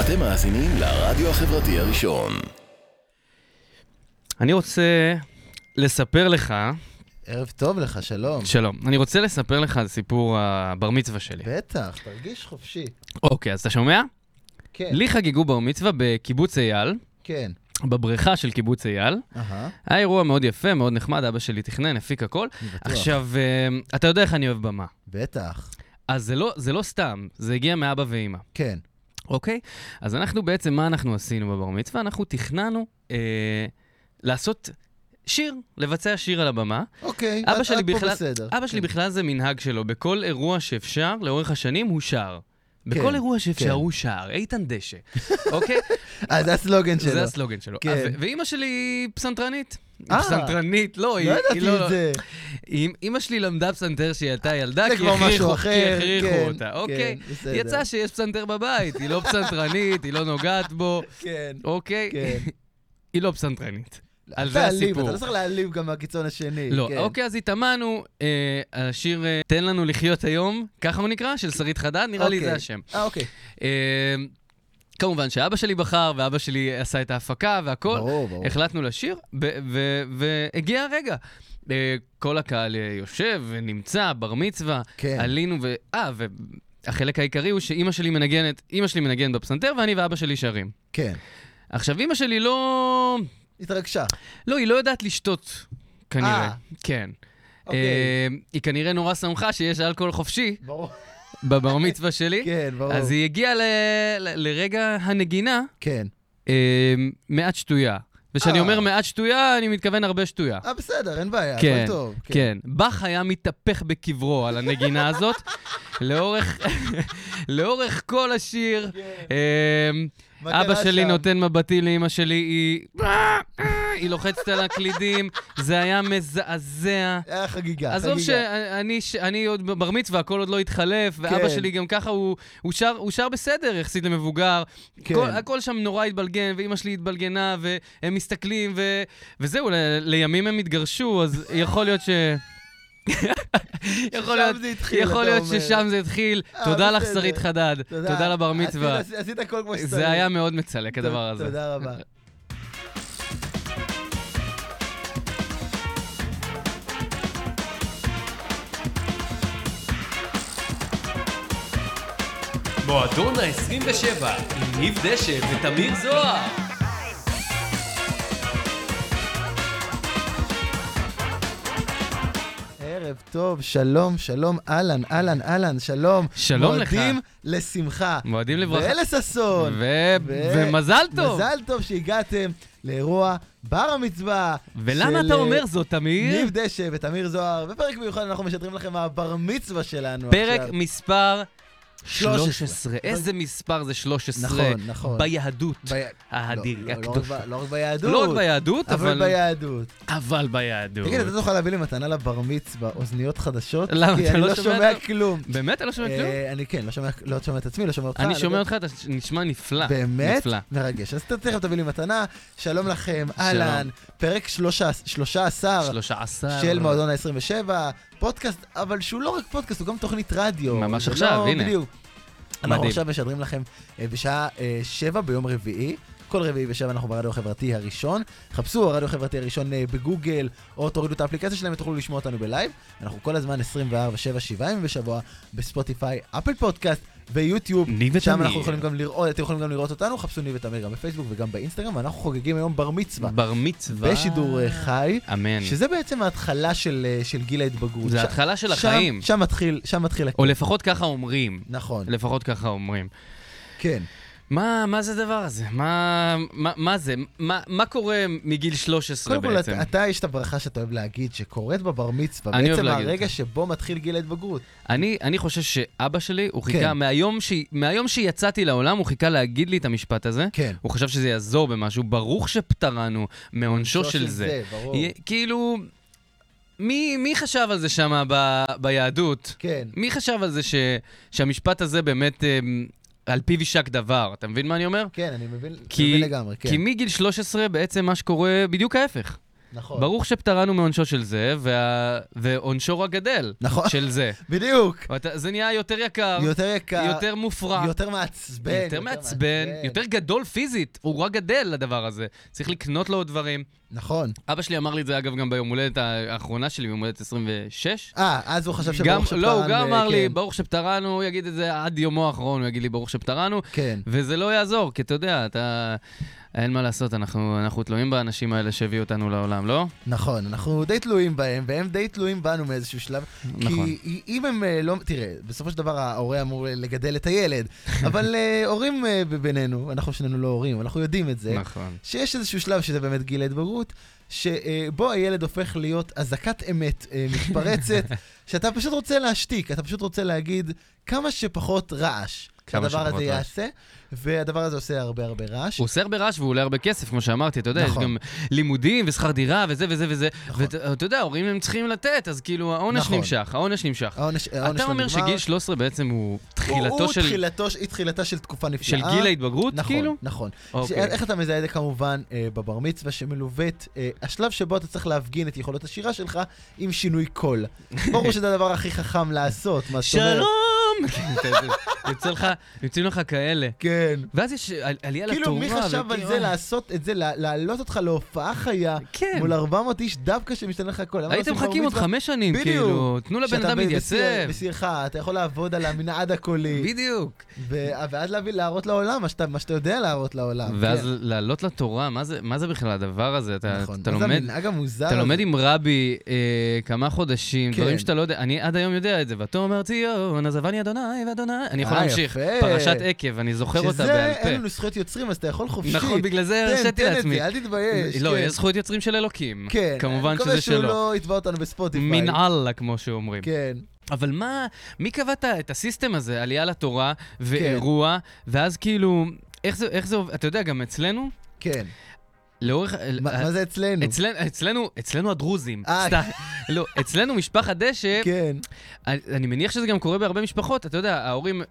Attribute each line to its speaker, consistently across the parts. Speaker 1: אתם מאזינים לרדיו החברתי הראשון.
Speaker 2: אני רוצה לספר לך,
Speaker 3: ערב טוב לך, שלום.
Speaker 2: שלום, אני רוצה לספר לך על סיפור הבר מצווה שלי.
Speaker 3: בטח, תרגיש חופשי.
Speaker 2: אוקיי, אז אתה שומע?
Speaker 3: כן,
Speaker 2: לי חגגו בר מצווה בקיבוץ אייל,
Speaker 3: כן.
Speaker 2: בבריכה של קיבוץ אייל.
Speaker 3: אהה,
Speaker 2: היה אירוע מאוד יפה, מאוד נחמד, אבא שלי תכנן, הפיק הכל.
Speaker 3: אני בטוח.
Speaker 2: עכשיו, אה, אתה יודע איך אני אוהב במה.
Speaker 3: בטח,
Speaker 2: אז זה לא, זה לא סתם, זה הגיע מאבא ואימא,
Speaker 3: כן.
Speaker 2: אוקיי? אז אנחנו בעצם, מה אנחנו עשינו בבר מצווה? אנחנו תכננו אה, לעשות שיר, לבצע שיר על הבמה.
Speaker 3: אוקיי,
Speaker 2: אבא
Speaker 3: עד-
Speaker 2: שלי
Speaker 3: עד פה
Speaker 2: בכלל-
Speaker 3: בסדר.
Speaker 2: אבא שלי
Speaker 3: כן.
Speaker 2: בכלל זה מנהג שלו, בכל אירוע שאפשר, לאורך השנים הוא שר. בכל
Speaker 3: כן,
Speaker 2: אירוע
Speaker 3: כן.
Speaker 2: שאפשר הוא שר, איתן דשא, אוקיי?
Speaker 3: אה, זה הסלוגן
Speaker 2: זה
Speaker 3: שלו.
Speaker 2: הסלוגן שלו.
Speaker 3: כן.
Speaker 2: ו- ואימא שלי היא פסנתרנית. היא
Speaker 3: אה.
Speaker 2: פסנתרנית, לא, היא
Speaker 3: לא
Speaker 2: היא
Speaker 3: ידעתי את זה.
Speaker 2: אם אימא שלי למדה פסנתר שהיא הייתה ילדה,
Speaker 3: זה
Speaker 2: כי
Speaker 3: כבר משהו
Speaker 2: הכריחו כי
Speaker 3: אחר, כן,
Speaker 2: הכריחו אותה,
Speaker 3: כן,
Speaker 2: אוקיי?
Speaker 3: בסדר.
Speaker 2: יצא שיש פסנתר בבית, היא לא פסנתרנית, היא לא נוגעת בו,
Speaker 3: כן,
Speaker 2: אוקיי?
Speaker 3: כן.
Speaker 2: היא לא פסנתרנית. על
Speaker 3: אל
Speaker 2: זה
Speaker 3: תעליב,
Speaker 2: הסיפור.
Speaker 3: אתה לא צריך להעליב גם מהקיצון השני.
Speaker 2: לא,
Speaker 3: כן.
Speaker 2: אוקיי, אז התאמנו, אה, השיר אה, "תן לנו לחיות היום", ככה הוא נקרא, של שרית חדד, נראה לי
Speaker 3: אוקיי.
Speaker 2: זה השם.
Speaker 3: אה, אוקיי.
Speaker 2: אה, כמובן שאבא שלי בחר, ואבא שלי עשה את ההפקה והכל.
Speaker 3: ברור, ברור.
Speaker 2: החלטנו לשיר, ב- ו- והגיע הרגע. אה, כל הקהל אה, יושב ונמצא, בר מצווה,
Speaker 3: כן.
Speaker 2: עלינו ו... אה, והחלק העיקרי הוא שאימא שלי מנגנת, אימא שלי מנגנת בפסנתר ואני ואבא שלי שרים.
Speaker 3: כן.
Speaker 2: עכשיו, אימא שלי לא...
Speaker 3: התרגשה.
Speaker 2: לא, היא לא יודעת לשתות, כנראה.
Speaker 3: אה.
Speaker 2: כן.
Speaker 3: אוקיי.
Speaker 2: אה, היא כנראה נורא שמחה שיש אלכוהול חופשי
Speaker 3: ברור.
Speaker 2: בבר מצווה שלי.
Speaker 3: כן, ברור.
Speaker 2: אז היא הגיעה ל... ל- לרגע הנגינה,
Speaker 3: כן.
Speaker 2: אה, מעט שטויה. וכשאני
Speaker 3: אה.
Speaker 2: אומר מעט שטויה, אני מתכוון הרבה שטויה.
Speaker 3: אה, אוקיי. בסדר, אין בעיה,
Speaker 2: כן,
Speaker 3: הכל טוב.
Speaker 2: כן. באך היה מתהפך בקברו על הנגינה הזאת, לאורך, לאורך כל השיר. אמ,
Speaker 3: כן. מה
Speaker 2: אבא
Speaker 3: קרה
Speaker 2: שלי
Speaker 3: שם?
Speaker 2: נותן מבטים לאמא שלי, היא... היא לוחצת על הקלידים, זה היה מזעזע.
Speaker 3: היה חגיגה,
Speaker 2: עזוב
Speaker 3: חגיגה.
Speaker 2: שאני ש- אני עוד בר מצווה, הכל עוד לא התחלף, ואבא
Speaker 3: כן.
Speaker 2: שלי גם ככה, הוא, הוא, שר, הוא שר בסדר יחסית למבוגר.
Speaker 3: כן.
Speaker 2: כל, הכל שם נורא התבלגן, ואימא שלי התבלגנה, והם מסתכלים, ו, וזהו, ל, לימים הם התגרשו, אז יכול להיות ש... יכול להיות,
Speaker 3: ששם זה התחיל,
Speaker 2: יכול
Speaker 3: אתה
Speaker 2: להיות
Speaker 3: אומר.
Speaker 2: ששם זה התחיל.
Speaker 3: אה,
Speaker 2: תודה לך,
Speaker 3: בסדר.
Speaker 2: שרית חדד. תודה לבר
Speaker 3: עשית-
Speaker 2: מצווה.
Speaker 3: עשית הכל כמו שצריך.
Speaker 2: זה היה מאוד מצלק, הדבר הזה.
Speaker 3: תודה רבה.
Speaker 2: מועדון ה-27, עם ניב דשא ותמיר זוהר.
Speaker 3: ערב טוב, שלום, שלום, אהלן, אהלן, אהלן, שלום.
Speaker 2: שלום לך.
Speaker 3: מועדים לשמחה.
Speaker 2: מועדים לברכה.
Speaker 3: ולששון.
Speaker 2: ו- ומזל טוב.
Speaker 3: מזל טוב שהגעתם לאירוע בר המצווה.
Speaker 2: ולמה
Speaker 3: של,
Speaker 2: אתה אומר
Speaker 3: אה,
Speaker 2: זאת, תמיר?
Speaker 3: ניב דשא ותמיר זוהר, בפרק מיוחד אנחנו משדרים לכם מהבר מצווה שלנו
Speaker 2: פרק
Speaker 3: עכשיו.
Speaker 2: מספר
Speaker 3: 13.
Speaker 2: 13. איזה מספר זה 13?
Speaker 3: נכון, נכון.
Speaker 2: ביהדות.
Speaker 3: ב-
Speaker 2: האדיר,
Speaker 3: לא, לא, לא רק
Speaker 2: הקדוש.
Speaker 3: ב- לא רק ביהדות.
Speaker 2: לא רק ביהדות,
Speaker 3: אבל
Speaker 2: אבל...
Speaker 3: ביהדות.
Speaker 2: אבל ביהדות.
Speaker 3: תגיד, אתה תוכל להביא לי מתנה לבר מצווה, אוזניות חדשות?
Speaker 2: למה,
Speaker 3: כי
Speaker 2: אתה
Speaker 3: אני
Speaker 2: לא
Speaker 3: לא
Speaker 2: שומע
Speaker 3: שומע
Speaker 2: כלום?
Speaker 3: כלום.
Speaker 2: באמת? אתה לא שומע כלום?
Speaker 3: אה, אני כן, לא שומע- לא שומע את עצמי, לא שומע אותך.
Speaker 2: אני
Speaker 3: לא
Speaker 2: שומע
Speaker 3: יודע.
Speaker 2: אותך, אתה נשמע נפלא.
Speaker 3: באמת?
Speaker 2: נפלא.
Speaker 3: מרגש. אז אתה תכף תביא לי מתנה. שלום לכם, אהלן. פרק שלושה- 13
Speaker 2: 13.
Speaker 3: אה, של מועדון ה-27, פודקאסט, אבל שהוא לא רק פודקאסט, הוא גם תוכנית רדיו.
Speaker 2: ממש
Speaker 3: זה
Speaker 2: עכשיו,
Speaker 3: לא-
Speaker 2: הנה.
Speaker 3: בדיוק. אנחנו
Speaker 2: מדהים.
Speaker 3: עכשיו משדרים לכם אה, בשעה אה, שבע ביום רביעי. כל רביעי בשבע אנחנו ברדיו החברתי הראשון. חפשו הרדיו החברתי הראשון אה, בגוגל, או תורידו את האפליקציה שלהם ותוכלו לשמוע אותנו בלייב. אנחנו כל הזמן 24, 7, 7 ימים בשבוע, בספוטיפיי, אפל פודקאסט ויוטיוב.
Speaker 2: ניב ותמיר.
Speaker 3: שם אנחנו יכולים גם לראות, אתם יכולים גם לראות אותנו, חפשו ניב ותמיר גם בפייסבוק וגם באינסטגרם, ואנחנו חוגגים היום בר מצווה.
Speaker 2: בר מצווה.
Speaker 3: בשידור אה, חי.
Speaker 2: אמן.
Speaker 3: שזה בעצם ההתחלה של, אה, של גיל ההתבגרות.
Speaker 2: כן. זה
Speaker 3: ש-
Speaker 2: ההתחלה של
Speaker 3: שם-
Speaker 2: החיים.
Speaker 3: שם מתחיל, שם מתחיל... הכ-
Speaker 2: או לא- לפחות ככה אומרים.
Speaker 3: נכון,
Speaker 2: לפחות ככה אומרים.
Speaker 3: כן.
Speaker 2: מה, מה זה הדבר הזה? מה, מה, מה זה? מה, מה קורה מגיל 13
Speaker 3: קודם כל,
Speaker 2: בעצם?
Speaker 3: אתה- אתה, יש את הברכה שאתה אוהב להגיד, שקורית בבר מצווה.
Speaker 2: אני אוהב
Speaker 3: בעצם
Speaker 2: להגיד
Speaker 3: הרגע
Speaker 2: אותה.
Speaker 3: שבו מתחיל גיל ההתבגרות.
Speaker 2: אני, אני חושב שאבא שלי, הוא חיכה,
Speaker 3: כן.
Speaker 2: מהיום, ש... מהיום שיצאתי לעולם, הוא חיכה להגיד לי את המשפט הזה.
Speaker 3: כן.
Speaker 2: הוא חשב שזה יעזור במשהו. ברוך שפטרנו מעונשו של זה.
Speaker 3: ברור.
Speaker 2: יה- כאילו, מי, מי חשב על זה שם ב... ביהדות?
Speaker 3: כן.
Speaker 2: מי חשב על זה ש... שהמשפט הזה באמת אמ, על פיו יישק דבר? אתה מבין מה אני אומר?
Speaker 3: כן, אני מבין,
Speaker 2: כי-
Speaker 3: מבין לגמרי, כן.
Speaker 2: כי מגיל 13 בעצם מה שקורה בדיוק ההפך.
Speaker 3: נכון.
Speaker 2: ברור שפטרנו מעונשו של זה, וה- ועונשו רק גדל
Speaker 3: נכון,
Speaker 2: של זה.
Speaker 3: בדיוק.
Speaker 2: ואתה- זה נהיה יותר יקר,
Speaker 3: יותר יקר.
Speaker 2: אה, יותר מופרע.
Speaker 3: יותר מעצבן.
Speaker 2: יותר מעצבן, יותר גדול פיזית, הוא רק גדל לדבר הזה. צריך לקנות לו עוד דברים.
Speaker 3: נכון.
Speaker 2: אבא שלי אמר לי את זה, אגב, גם ביום הולדת האחרונה שלי, ביום הולדת 26.
Speaker 3: אה, אז הוא חשב
Speaker 2: גם,
Speaker 3: שברוך שפטרן...
Speaker 2: לא, הוא גם
Speaker 3: אה,
Speaker 2: אמר לי,
Speaker 3: כן,
Speaker 2: ברוך שפטרנו, הוא יגיד את זה עד יומו האחרון, הוא יגיד לי, ברוך שפטרנו,
Speaker 3: כן.
Speaker 2: וזה לא יעזור, כי אתה יודע, אתה... אין מה לעשות, אנחנו, אנחנו תלויים באנשים האלה שהביאו אותנו לעולם, לא?
Speaker 3: נכון, אנחנו די תלויים בהם, והם די תלויים בנו מאיזשהו שלב.
Speaker 2: נכון.
Speaker 3: כי אם הם אה, לא... תראה, בסופו של דבר ההורה אמור לגדל את הילד, אבל אה, הורים אה, בינינו, אנחנו שנינו לא הורים, אבל אנחנו יודעים את זה,
Speaker 2: נכון.
Speaker 3: שיש איזשהו שלב שזה באמת גיל ההתבגרות, שבו הילד הופך להיות אזעקת אמת אה, מתפרצת, שאתה פשוט רוצה להשתיק, אתה פשוט רוצה להגיד כמה שפחות רעש.
Speaker 2: כמה
Speaker 3: הדבר הזה
Speaker 2: שפחות רעש.
Speaker 3: יעשה, והדבר הזה עושה הרבה הרבה רעש.
Speaker 2: הוא עושה הרבה רעש והוא עולה הרבה כסף, כמו שאמרתי, אתה יודע, יש
Speaker 3: נכון.
Speaker 2: גם לימודים ושכר דירה וזה וזה וזה,
Speaker 3: נכון.
Speaker 2: ואתה יודע, ההורים הם צריכים לתת, אז כאילו העונש
Speaker 3: נכון.
Speaker 2: נמשך, העונש נמשך.
Speaker 3: העונש, העונש
Speaker 2: אתה
Speaker 3: לא
Speaker 2: אומר
Speaker 3: נגמר.
Speaker 2: שגיל 13 בעצם הוא
Speaker 3: הוא- הוא
Speaker 2: תחילתו של
Speaker 3: תחילתו, היא תחילתה של תקופה נפלאה.
Speaker 2: של גיל ההתבגרות,
Speaker 3: נכון,
Speaker 2: כאילו?
Speaker 3: נכון. ש-
Speaker 2: אוקיי.
Speaker 3: איך אתה מזהה את זה כמובן אה, בבר מצווה שמלווית, אה, השלב שבו אתה צריך להפגין את יכולות השירה שלך עם שינוי קול. ברור שזה הדבר הכי חכם לעשות, מה זאת אומרת?
Speaker 2: שלום! כן, אתה יודע, יוצא לך- יוצאים לך כאלה.
Speaker 3: כן.
Speaker 2: ואז יש על- עלייה לתורה.
Speaker 3: כאילו, מי חשב על
Speaker 2: וכאילו- אה.
Speaker 3: זה לעשות את זה, לה- להעלות אותך להופעה חיה
Speaker 2: כן.
Speaker 3: מול 400 איש דווקא שמשתנה לך הכל? למה לא
Speaker 2: הייתם
Speaker 3: עושים בר
Speaker 2: מחכים עוד
Speaker 3: מצווה?
Speaker 2: חמש שנים,
Speaker 3: בדיוק.
Speaker 2: כאילו, תנו לבן
Speaker 3: שאתה
Speaker 2: אדם
Speaker 3: ב-
Speaker 2: להתייצב.
Speaker 3: בשיא- בשיא שלך, אתה יכול לעבוד על המנעד הקולי,
Speaker 2: בדיוק.
Speaker 3: ו- ואז להביא- להראות לעולם מה שאתה- מה שאתה יודע להראות לעולם.
Speaker 2: ואז
Speaker 3: כן.
Speaker 2: לעלות לתורה, מה זה- מה זה בכלל הדבר הזה? אתה
Speaker 3: נכון.
Speaker 2: אתה
Speaker 3: אז
Speaker 2: לומד...
Speaker 3: המנהג המוזר
Speaker 2: אתה
Speaker 3: הזה.
Speaker 2: לומד עם רבי אה, כמה חודשים,
Speaker 3: לא כן.
Speaker 2: דברים שאתה לא יודע, אני עד היום יודע את זה, ותאמר ציון, עזבני אדוני ואדוני, אני יכול
Speaker 3: אה,
Speaker 2: להמשיך,
Speaker 3: יפה.
Speaker 2: פרשת עקב, אני זוכר אותה בעל
Speaker 3: שזה, אין
Speaker 2: פה.
Speaker 3: לנו זכויות יוצרים, אז אתה יכול חופשי.
Speaker 2: נכון, בגלל זה
Speaker 3: תן,
Speaker 2: הרשיתי
Speaker 3: כן, תן את
Speaker 2: לעצמי.
Speaker 3: זה, אל תתבייש.
Speaker 2: לא,
Speaker 3: כן.
Speaker 2: יש זכויות יוצרים של אלוקים.
Speaker 3: כן.
Speaker 2: כמובן
Speaker 3: אני
Speaker 2: שזה
Speaker 3: מקווה שהוא
Speaker 2: שלו.
Speaker 3: לא יתבע אותנו בספוטיפיי.
Speaker 2: מן אללה, כמו שאומרים.
Speaker 3: כן.
Speaker 2: אבל מה, מי קבע את ה- את הסיסטם הזה, עלייה לתורה
Speaker 3: כן.
Speaker 2: ואירוע, ואז כאילו, איך זה, איך זה, עובד? אתה יודע, גם אצלנו,
Speaker 3: כן.
Speaker 2: לאורך...
Speaker 3: מה מה זה אצלנו?
Speaker 2: אצלנו, אצלנו, אצלנו הדרוזים,
Speaker 3: אה.
Speaker 2: סתם, לא, אצלנו משפחת דשא,
Speaker 3: כן.
Speaker 2: אני אני מניח שזה גם קורה בהרבה משפחות, אתה יודע, ההורים...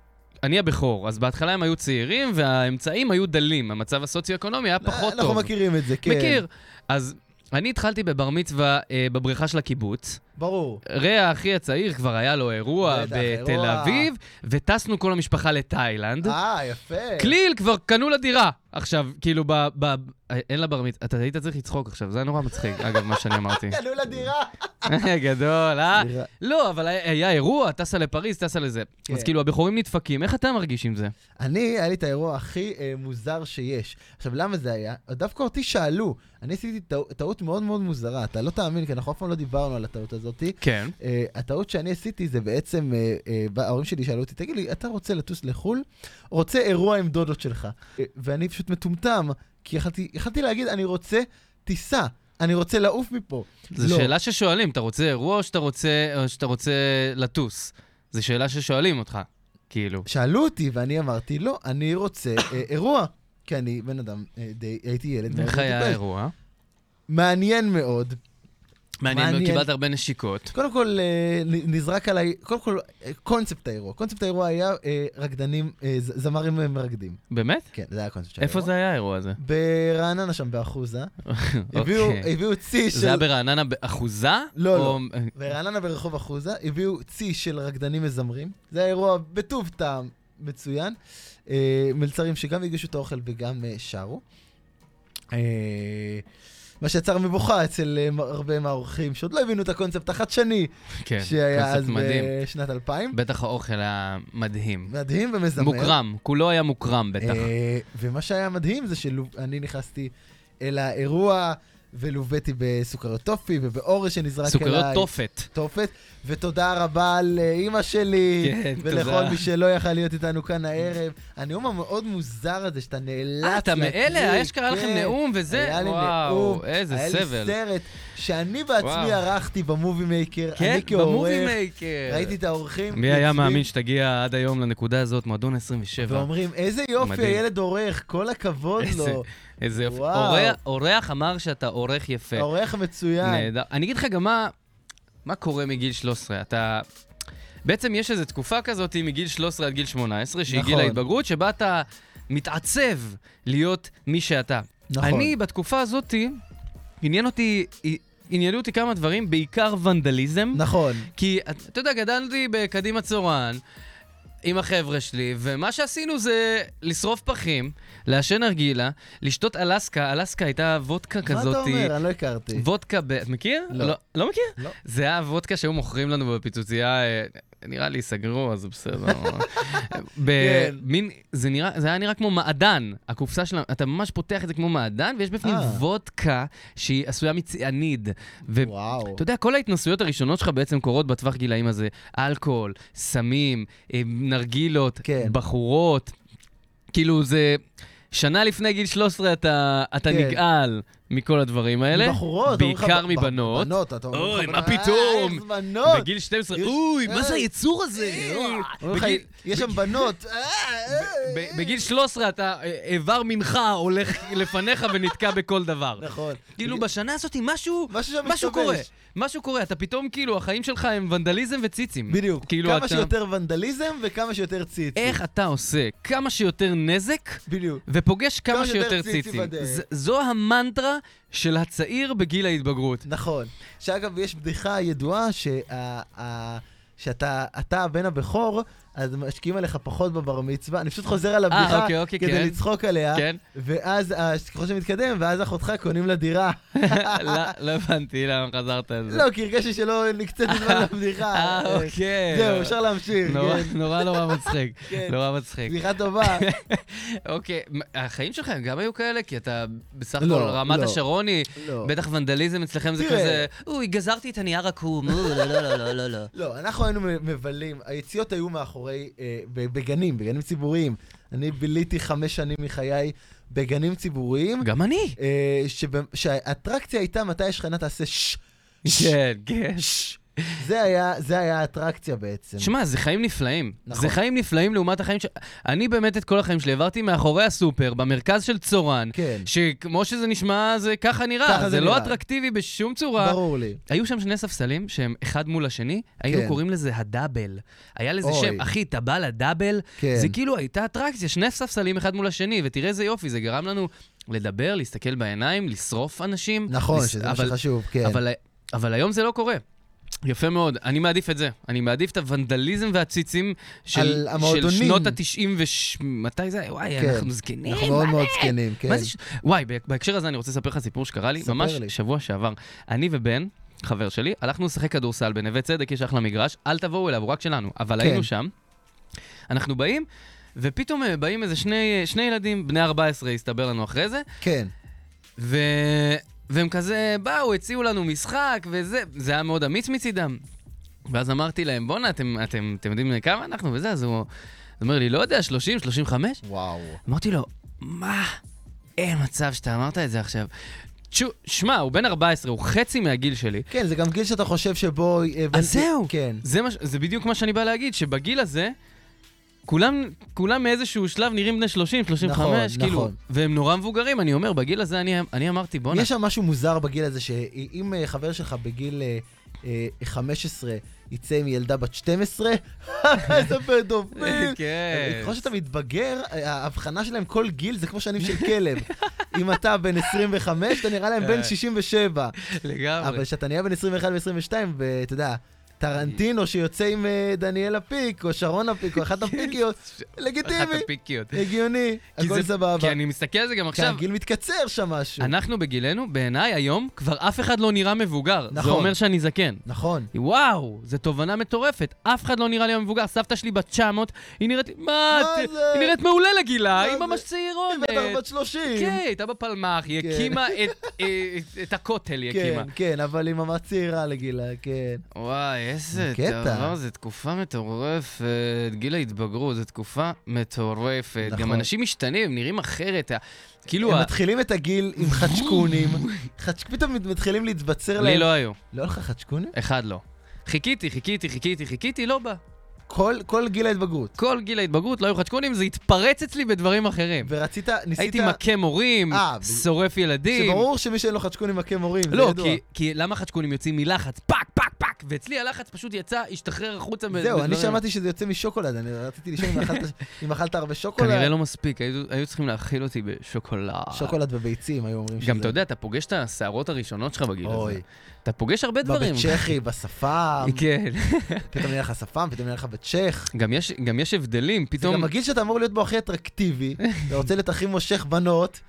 Speaker 2: אני הבכור, אז בהתחלה הם היו צעירים והאמצעים היו דלים, המצב הסוציו-אקונומי היה פחות
Speaker 3: אה, אנחנו
Speaker 2: טוב.
Speaker 3: מכירים את זה, כן.
Speaker 2: מכיר. אז אני התחלתי בבר מצווה אה, בבריכה של הקיבוץ.
Speaker 3: ברור.
Speaker 2: רע, אחי הצעיר, כבר היה לו אירוע
Speaker 3: בטח,
Speaker 2: בתל
Speaker 3: אירוע.
Speaker 2: אביב, וטסנו כל המשפחה לתאילנד.
Speaker 3: אה, יפה.
Speaker 2: כליל, כבר קנו לה דירה. עכשיו, כאילו, ב... ב אין לה בר מצווה, אתה היית צריך לצחוק עכשיו, זה היה נורא מצחיק, אגב, מה שאני אמרתי.
Speaker 3: קנו לה דירה.
Speaker 2: גדול, אה?
Speaker 3: דירה.
Speaker 2: לא, אבל היה היה אירוע, טסה לפריז, טסה לזה.
Speaker 3: כן.
Speaker 2: אז כאילו, הבכורים נדפקים, איך אתה מרגיש עם זה?
Speaker 3: אני, היה לי את האירוע הכי אה, מוזר שיש. עכשיו, למה זה היה? דווקא אותי שאלו. אני עשיתי טעו- טעות מאוד מאוד מוזרה. אתה לא תאמין, כי אנחנו אף פעם לא דיברנו על הטעות הזאתי.
Speaker 2: כן.
Speaker 3: Uh, הטעות שאני עשיתי זה בעצם, uh, uh, בא- ההורים שלי שאלו אותי, תגיד לי, אתה רוצה לטוס לחו"ל? רוצה אירוע עם דודות שלך. Uh, ואני פשוט מטומטם, כי יכלתי, יכלתי להגיד, אני רוצה טיסה, אני רוצה לעוף מפה.
Speaker 2: זו
Speaker 3: לא.
Speaker 2: שאלה ששואלים, אתה רוצה אירוע או שאתה רוצה, או שאתה רוצה לטוס? זו שאלה ששואלים אותך, כאילו.
Speaker 3: שאלו אותי, ואני אמרתי, לא, אני רוצה uh, אירוע. כי אני בן אדם, uh, די, הייתי ילד מאוד
Speaker 2: ואיך היה
Speaker 3: מטופש.
Speaker 2: האירוע?
Speaker 3: מעניין מאוד.
Speaker 2: מעניין, מאוד,
Speaker 3: מעניין.
Speaker 2: קיבלת הרבה נשיקות.
Speaker 3: קודם כל, אה, נ- נזרק עליי, קודם כל, אה, קונספט האירוע. קונספט האירוע היה אה, רקדנים, אה, ז- זמרים אה, מרקדים.
Speaker 2: באמת?
Speaker 3: כן, זה היה הקונספט של האירוע.
Speaker 2: איפה זה היה האירוע הזה?
Speaker 3: ברעננה שם, באחוזה. הביאו,
Speaker 2: אוקיי.
Speaker 3: הביאו צי של...
Speaker 2: זה היה ברעננה באחוזה?
Speaker 3: לא,
Speaker 2: או-
Speaker 3: ברעננה ברחוב אחוזה, הביאו צי של רקדנים מזמרים. זה היה אירוע בטוב טעם מצוין. אה, מלצרים שגם הגישו את האוכל וגם אה, שרו. אה, מה שיצר מבוכה אצל אה, מ- הרבה מהאורחים שעוד לא הבינו את הקונספט החדשני
Speaker 2: כן,
Speaker 3: שהיה אז אה,
Speaker 2: קונספט מדהים.
Speaker 3: בשנת 2000.
Speaker 2: בטח האוכל היה מדהים.
Speaker 3: מדהים ומזמר.
Speaker 2: מוקרם, כולו היה מוקרם בטח.
Speaker 3: אה, ומה שהיה מדהים זה שאני נכנסתי אל האירוע ולוויתי בסוכריות טופי ובאורז שנזרק אליי.
Speaker 2: סוכריות תופת.
Speaker 3: תופת, ותודה רבה לאימא שלי,
Speaker 2: כן,
Speaker 3: ולכל
Speaker 2: תודה.
Speaker 3: מי שלא יכל להיות איתנו כאן הערב. הנאום המאוד מוזר הזה שאתה נאלץ
Speaker 2: אה, אתה מאלה, אשכרה לכם
Speaker 3: כן.
Speaker 2: נאום וזה?
Speaker 3: היה לי
Speaker 2: וואו,
Speaker 3: נאום,
Speaker 2: איזה
Speaker 3: היה לי
Speaker 2: סבל.
Speaker 3: סרט שאני בעצמי
Speaker 2: וואו.
Speaker 3: ערכתי במובי מייקר,
Speaker 2: כן,
Speaker 3: אני כעורך,
Speaker 2: במובי מייקר.
Speaker 3: ראיתי את האורחים.
Speaker 2: מי היה
Speaker 3: יושבים
Speaker 2: מאמין שתגיע עד היום לנקודה הזאת, מועדון 27.
Speaker 3: ואומרים, איזה יופי,
Speaker 2: מדהים.
Speaker 3: הילד עורך, כל הכבוד
Speaker 2: איזה-
Speaker 3: לו.
Speaker 2: איזה יופי.
Speaker 3: וואו.
Speaker 2: אורח- אורח אמר שאתה אורח יפה.
Speaker 3: עורך מצוין.
Speaker 2: נהדר. אני אגיד לך גם מה, מה קורה מגיל 13. אתה... בעצם יש איזו תקופה כזאת מגיל 13 עד גיל 18, שהיא
Speaker 3: נכון.
Speaker 2: גיל ההתבגרות, שבה אתה מתעצב להיות מי שאתה.
Speaker 3: נכון.
Speaker 2: אני בתקופה הזאתי עניין אותי, עניינו אותי כמה דברים, בעיקר ונדליזם.
Speaker 3: נכון.
Speaker 2: כי, את- אתה יודע, גדלתי בקדימה צורן עם החבר'ה שלי, ומה שעשינו זה לשרוף פחים, לעשן נרגילה, לשתות אלסקה, אלסקה הייתה וודקה
Speaker 3: מה
Speaker 2: כזאת.
Speaker 3: אתה אומר? אני לא הכרתי.
Speaker 2: וודקה, ב... את מכיר?
Speaker 3: לא.
Speaker 2: לא מכיר?
Speaker 3: לא.
Speaker 2: זה היה הוודקה שהיו מוכרים לנו בפיצוצייה, אה, נראה לי סגרו, אז בסדר.
Speaker 3: כן.
Speaker 2: במין, זה, נראה, זה היה נראה כמו מעדן, הקופסה שלה, אתה ממש פותח את זה כמו מעדן, ויש בפנים
Speaker 3: אה.
Speaker 2: וודקה שהיא עשויה מצעניד. ו...
Speaker 3: וואו.
Speaker 2: אתה יודע, כל ההתנסויות הראשונות שלך בעצם קורות בטווח גילאים הזה. אלכוהול, סמים, אה, נרגילות,
Speaker 3: כן.
Speaker 2: בחורות. כאילו זה... שנה לפני גיל 13 אתה, אתה
Speaker 3: כן.
Speaker 2: נגעל מכל הדברים האלה.
Speaker 3: מבחורות, אומרים לך,
Speaker 2: בעיקר
Speaker 3: ב-
Speaker 2: מבנות.
Speaker 3: בנות, אתה אומר
Speaker 2: אוי,
Speaker 3: לך,
Speaker 2: מה
Speaker 3: אה,
Speaker 2: פתאום?
Speaker 3: איך בנות.
Speaker 2: בגיל 12,
Speaker 3: יש-
Speaker 2: אוי, מה
Speaker 3: אה.
Speaker 2: זה היצור הזה? אוי.
Speaker 3: אומרים לך,
Speaker 2: בגיל-
Speaker 3: יש שם בנות. אה, אה,
Speaker 2: ב- בגיל 13 אתה, אה, איבר מנחה הולך לפניך ונתקע בכל דבר.
Speaker 3: נכון.
Speaker 2: כאילו בשנה הזאת משהו,
Speaker 3: משהו שם
Speaker 2: משהו
Speaker 3: משתבש.
Speaker 2: קורה, משהו קורה, אתה פתאום כאילו, החיים שלך הם ונדליזם וציצים.
Speaker 3: בדיוק.
Speaker 2: כאילו
Speaker 3: כמה
Speaker 2: אתה-
Speaker 3: שיותר ונדליזם וכמה שיותר ציצים.
Speaker 2: איך אתה עושה כמה שיותר נזק
Speaker 3: בדיוק.
Speaker 2: ופוגש כמה
Speaker 3: כמה שיותר
Speaker 2: שיותר
Speaker 3: ציצים
Speaker 2: ציצים.
Speaker 3: בדרך.
Speaker 2: ז- זו המנטרה של הצעיר בגיל ההתבגרות.
Speaker 3: נכון. שאגב, יש בדיחה ידועה שה... ה- שאתה אתה הבן הבכור, אז משקיעים עליך פחות בבר מצווה. אני פשוט חוזר על הבדיחה
Speaker 2: אוקיי, אוקיי,
Speaker 3: כדי
Speaker 2: כן.
Speaker 3: לצחוק עליה,
Speaker 2: כן?
Speaker 3: ואז ה- ככל שמתקדם, ואז אחותך קונים לה דירה.
Speaker 2: לא- לא הבנתי למה חזרת על זה.
Speaker 3: לא, כי הרגשתי שלא נקצת זמן לבדיחה.
Speaker 2: אה, אוקיי.
Speaker 3: זהו, אפשר להמשיך.
Speaker 2: נורא-
Speaker 3: כן.
Speaker 2: נורא נורא מצחיק,
Speaker 3: כן.
Speaker 2: נורא מצחיק.
Speaker 3: בדיחה טובה.
Speaker 2: אוקיי, מ- החיים שלך הם גם היו כאלה? כי אתה בסך הכל
Speaker 3: לא,
Speaker 2: רמת
Speaker 3: לא.
Speaker 2: השרוני,
Speaker 3: לא.
Speaker 2: בטח ונדליזם אצלכם זה
Speaker 3: תראה.
Speaker 2: כזה, אוי, גזרתי את הנייר עקום, אוי, לא, לא, לא, לא, לא, לא.
Speaker 3: לא, אנחנו היינו מבלים, היציאות היו מאחורי, אה, ב- בגנים, בגנים ציבוריים. אני ביליתי חמש שנים מחיי בגנים ציבוריים,
Speaker 2: גם אני.
Speaker 3: אה, שב- שהאטרקציה הייתה מתי השכנה תעשה שש.
Speaker 2: כן, כן.
Speaker 3: זה היה, זה היה האטרקציה בעצם.
Speaker 2: שמע, זה חיים נפלאים.
Speaker 3: נכון.
Speaker 2: זה חיים נפלאים לעומת החיים ש... אני באמת את כל החיים שלי העברתי מאחורי הסופר, במרכז של צורן,
Speaker 3: כן,
Speaker 2: שכמו שזה נשמע, זה ככה נראה.
Speaker 3: ככה
Speaker 2: זה
Speaker 3: זה
Speaker 2: לא
Speaker 3: נראה.
Speaker 2: אטרקטיבי בשום צורה.
Speaker 3: ברור לי.
Speaker 2: היו שם שני ספסלים שהם אחד מול השני, היינו
Speaker 3: כן.
Speaker 2: קוראים לזה הדאבל. היה לזה
Speaker 3: אוי.
Speaker 2: שם, אחי, אתה בא לדאבל?
Speaker 3: כן.
Speaker 2: זה כאילו הייתה אטרקציה, שני ספסלים אחד מול השני, ותראה איזה יופי, זה גרם לנו לדבר, להסתכל בעיניים, לשרוף אנשים.
Speaker 3: נכון,
Speaker 2: לס-
Speaker 3: שזה מה
Speaker 2: אבל-
Speaker 3: שחשוב, כן.
Speaker 2: אבל, אבל היום זה לא קורה. יפה מאוד, אני מעדיף את זה. אני מעדיף את הוונדליזם והציצים של,
Speaker 3: על המועדונים.
Speaker 2: של שנות ה-90 וש... מתי זה היה? וואי,
Speaker 3: כן.
Speaker 2: אנחנו זקנים.
Speaker 3: אנחנו מאוד מאוד זקנים, כן.
Speaker 2: מה זה ש... וואי, בה- בהקשר הזה אני רוצה לספר לך סיפור שקרה לי,
Speaker 3: ספר
Speaker 2: ממש
Speaker 3: לי.
Speaker 2: שבוע שעבר. אני ובן, חבר שלי, הלכנו לשחק כדורסל בנווה צדק, יש אחלה מגרש, אל תבואו אליו, הוא רק שלנו. אבל
Speaker 3: כן.
Speaker 2: היינו שם, אנחנו באים, ופתאום אה, באים איזה שני, שני ילדים, בני 14, הסתבר לנו אחרי זה,
Speaker 3: כן,
Speaker 2: ו... והם כזה באו, הציעו לנו משחק וזה, זה היה מאוד אמיץ מצידם. ואז אמרתי להם, בואנה, אתם, אתם, אתם יודעים בני כמה אנחנו וזה, אז הוא אז הוא אומר לי, לא יודע, 30, 35?
Speaker 3: וואו.
Speaker 2: אמרתי לו, מה? אין מצב שאתה אמרת את זה עכשיו. תשו, שמע, הוא בן 14, הוא חצי מהגיל שלי.
Speaker 3: כן, זה גם גיל שאתה חושב שבו... אה, בין-
Speaker 2: אז זהו.
Speaker 3: כן.
Speaker 2: זה, מה, ש- זה בדיוק מה שאני בא להגיד, שבגיל הזה, כולם, כולם מאיזשהו שלב נראים בני 30, 35,
Speaker 3: נכון,
Speaker 2: כאילו,
Speaker 3: נכון.
Speaker 2: והם נורא מבוגרים, אני אומר, בגיל הזה אני, אני אמרתי, בואנה,
Speaker 3: יש שם משהו מוזר בגיל הזה, שאם אה, חבר שלך בגיל אה, אה, 15 יצא עם ילדה בת 12, איזה פדופיל.
Speaker 2: כן.
Speaker 3: ככל שאתה מתבגר, ההבחנה שלהם כל גיל זה כמו שנים של כלב. אם אתה בן 25, אתה נראה להם בן 67.
Speaker 2: כן. לגמרי.
Speaker 3: אבל כשאתה נהיה בן 21 ו-22, ואתה יודע, טרנטינו שיוצא עם אה, דניאלה פיק, או שרונה פיק, או אחת הפיקיות,
Speaker 2: אחת
Speaker 3: לגיטימי,
Speaker 2: הפיקיות.
Speaker 3: הגיוני,
Speaker 2: כי
Speaker 3: הכל
Speaker 2: זה-
Speaker 3: סבבה. כן,
Speaker 2: כי אני מסתכל על זה גם
Speaker 3: כי
Speaker 2: עכשיו.
Speaker 3: הגיל מתקצר שם משהו.
Speaker 2: אנחנו בגילנו, בעיניי היום, כבר אף אחד לא נראה מבוגר. זה
Speaker 3: נכון.
Speaker 2: אומר שאני זקן.
Speaker 3: נכון.
Speaker 2: וואו, זו תובנה מטורפת. אף אחד לא נראה לי היום מבוגר. סבתא שלי בת 900, היא נראית... מה
Speaker 3: מה
Speaker 2: את?
Speaker 3: זה?
Speaker 2: היא נראית מעולה לגילה,
Speaker 3: מה
Speaker 2: היא
Speaker 3: זה?
Speaker 2: ממש צעירונת.
Speaker 3: היא בת 30.
Speaker 2: כן, הייתה בפלמ"ח, היא
Speaker 3: כן.
Speaker 2: הקימה את- אה, את- את הכותל, היא הקימה.
Speaker 3: כן, כן, אבל היא ממש צעירה לגילה, כן.
Speaker 2: וואי, איזה
Speaker 3: קטע.
Speaker 2: דבר, זו תקופה מטורפת. גיל ההתבגרות זו תקופה מטורפת. גם
Speaker 3: נכון.
Speaker 2: אנשים משתנים, הם נראים אחרת. ה- כאילו,
Speaker 3: הם
Speaker 2: ה-
Speaker 3: מתחילים את הגיל עם חדשקונים, חדש- פתאום מת- מתחילים להתבצר
Speaker 2: לי
Speaker 3: להם.
Speaker 2: לא היו.
Speaker 3: לא היה לך חדשקונים?
Speaker 2: אחד לא. חיכיתי, חיכיתי, חיכיתי, חיכיתי, לא בא.
Speaker 3: כל כל גיל ההתבגרות.
Speaker 2: כל גיל ההתבגרות לא היו חדשקונים, זה התפרץ אצלי בדברים אחרים.
Speaker 3: ורצית, ניסית...
Speaker 2: כן. הייתי מכה מורים,
Speaker 3: אה, ב-
Speaker 2: שורף ילדים.
Speaker 3: שברור שמי שאין לו חדשקונים מכה מורים, זה
Speaker 2: לא,
Speaker 3: ידוע.
Speaker 2: כי, כי למה חדשקונים יוצאים מלחץ? פאק, פאק, פאק, טאק, ואצלי הלחץ פשוט יצא, השתחרר החוצה. ב-
Speaker 3: זהו, אני
Speaker 2: בדברים.
Speaker 3: שמעתי שזה יוצא משוקולד, אני רציתי לשאול אם אכלת- אם אכלת הרבה שוקולד.
Speaker 2: כנראה לא מספיק, היו היו צריכים להאכיל אותי בשוקולד.
Speaker 3: שוקולד בביצים, היו אומרים
Speaker 2: גם אתה יודע, אתה פוגש את השערות הראשונות שלך בגיל הזה.
Speaker 3: אוי.
Speaker 2: אתה פוגש הרבה דברים.
Speaker 3: בצ'כי, בשפם,
Speaker 2: כן.
Speaker 3: פתאום נהיה לך שפם, פתאום נהיה לך בצ'ך.
Speaker 2: גם יש- גם יש הבדלים,
Speaker 3: זה
Speaker 2: פתאום...
Speaker 3: גם הגיל שאתה אמור להיות בו הכי אטרקטיבי, אתה רוצה להיות הכי מושך בנות,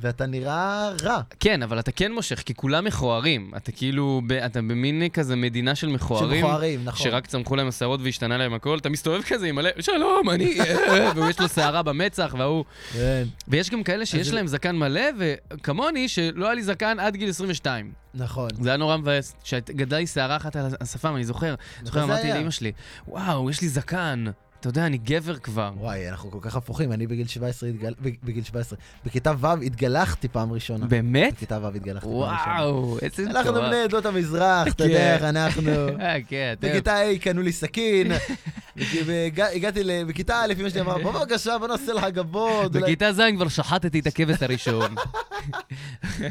Speaker 3: ואתה נראה רע.
Speaker 2: כן, אבל אתה כן מושך, כי כולם מכוערים. אתה כאילו, ב- אתה במין כזה מדינה של מכוערים.
Speaker 3: שמכוערים, נכון.
Speaker 2: שרק צמחו להם השערות והשתנה להם הכל, אתה מסתובב כזה עם הלב, שלום, אני... ויש לו שערה במצח, וההוא...
Speaker 3: כן,
Speaker 2: ויש גם כאלה שיש
Speaker 3: זה-
Speaker 2: להם זקן מלא, וכמוני, שלא היה לי זקן עד גיל 22.
Speaker 3: נכון.
Speaker 2: זה היה נורא מבאס, שגדלה לי שערה אחת על השפם, אני זוכר. זוכר,
Speaker 3: נכון, זה
Speaker 2: אמרתי
Speaker 3: היה?
Speaker 2: לאמא שלי, וואו, יש לי זקן. אתה יודע, אני גבר כבר.
Speaker 3: וואי, אנחנו כל כך הפוכים, אני בגיל 17, התגל... בג- בגיל 17, בכיתה ו' התגלחתי פעם ראשונה.
Speaker 2: באמת?
Speaker 3: בכיתה ו' התגלחתי פעם ראשונה.
Speaker 2: וואו, איזה
Speaker 3: אנחנו בני
Speaker 2: מטורף.
Speaker 3: עדות המזרח, אתה
Speaker 2: כן.
Speaker 3: יודע איך אנחנו...
Speaker 2: אה, כן, אתם.
Speaker 3: בכיתה ה' קנו לי סכין, והג- הגעתי ל- בכיתה א', אמא שלי אמרה, בוא בבקשה, בוא נעשה לך גבות. אולי-
Speaker 2: בכיתה ז' כבר שחטתי את הכבש הראשון.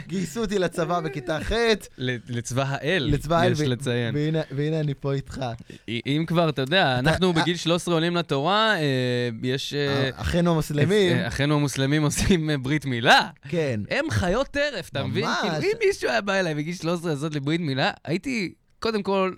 Speaker 3: גייסו אותי לצבא בכיתה ח',
Speaker 2: ל- לצבא האל,
Speaker 3: לצבא האל,
Speaker 2: יש
Speaker 3: ו-
Speaker 2: לציין.
Speaker 3: והנה- והנה אני פה איתך.
Speaker 2: אם כבר, אתה יודע, אנחנו
Speaker 3: אה-
Speaker 2: בגיל 13 עולים לתורה, אה, יש... אה,
Speaker 3: אחינו המוסלמים,
Speaker 2: אה, אחינו המוסלמים עושים אה, ברית מילה.
Speaker 3: כן.
Speaker 2: הם חיות טרף, אתה מבין?
Speaker 3: ממש.
Speaker 2: כאילו, אם מישהו היה בא אליי בגיל 13 לעשות לי ברית מילה, הייתי, קודם כל,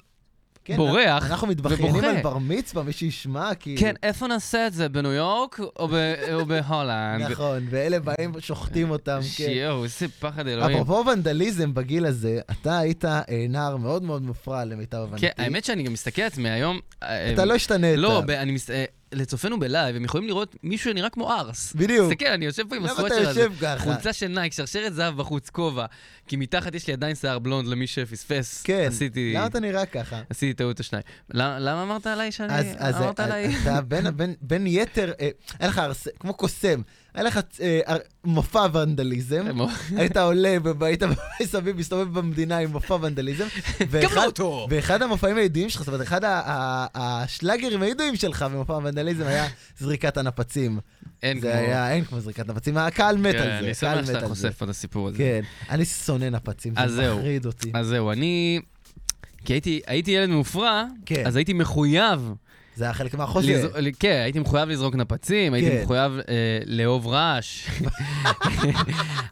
Speaker 3: כן,
Speaker 2: בורח
Speaker 3: אנחנו מתבכיינים
Speaker 2: ובוכה.
Speaker 3: על בר מצווה, מי שישמע, כאילו.
Speaker 2: כן, איפה נעשה את זה? בניו יורק או ב- או בהולנד?
Speaker 3: נכון, ואלה באים, שוחטים אותם, כן.
Speaker 2: שיואו, איזה פחד אלוהים.
Speaker 3: אפרופו ונדליזם בגיל הזה, אתה היית אה, נער מאוד מאוד מופרע למיטב הבנתי.
Speaker 2: כן, האמת שאני גם מסתכל על עצמי היום... אה,
Speaker 3: אתה
Speaker 2: אה,
Speaker 3: לא השתנית.
Speaker 2: לא, ב- אני מסתכל... לצופינו בלייב, הם יכולים לראות מישהו שנראה כמו ארס.
Speaker 3: בדיוק.
Speaker 2: תסתכל, אני יושב פה עם
Speaker 3: למה
Speaker 2: הסוואצ'ר
Speaker 3: אתה
Speaker 2: הזה.
Speaker 3: יושב ככה?
Speaker 2: חולצה של נייק, שרשרת זהב בחוץ, כובע. כי מתחת יש לי עדיין שיער בלונד למי שפספס.
Speaker 3: כן.
Speaker 2: עשיתי...
Speaker 3: למה אתה נראה ככה?
Speaker 2: עשיתי טעות או שניים. למה למה אמרת עליי שאני...
Speaker 3: אז, אז
Speaker 2: אמרת
Speaker 3: אז-
Speaker 2: עליי...
Speaker 3: אתה בין, בין, בין יתר, אה, היה לך הרס... כמו קוסם, היה לך אה, הר- מופע ונדליזם,
Speaker 2: כן, אה,
Speaker 3: היית עולה והיית מסביב, מסתובב במדינה עם מופע ונדליזם. ואחד-
Speaker 2: לא אותו!
Speaker 3: ואחד המופעים הידועים שלך, זאת אומרת, אחד ה- ה- השלאגרים הידועים שלך במופע הוונדליזם היה זריקת הנפצים.
Speaker 2: אין כמו...
Speaker 3: זה היה, אין כמו זריקת נפצים, הקהל מת
Speaker 2: כן,
Speaker 3: על זה,
Speaker 2: אני
Speaker 3: הקהל
Speaker 2: שמח
Speaker 3: מת
Speaker 2: שאתה
Speaker 3: על זה.
Speaker 2: חושף פה את הסיפור הזה.
Speaker 3: כן, אני שונא נפצים,
Speaker 2: אז
Speaker 3: זה
Speaker 2: זהו.
Speaker 3: מחריד אותי.
Speaker 2: אז זהו, אני... כי הייתי, הייתי ילד מופרע,
Speaker 3: כן.
Speaker 2: אז הייתי מחויב,
Speaker 3: זה היה חלק מהחוזה.
Speaker 2: לזר- ל- כן, הייתי מחויב לזרוק נפצים, הייתי
Speaker 3: כן.
Speaker 2: מחויב אה, לאהוב רעש,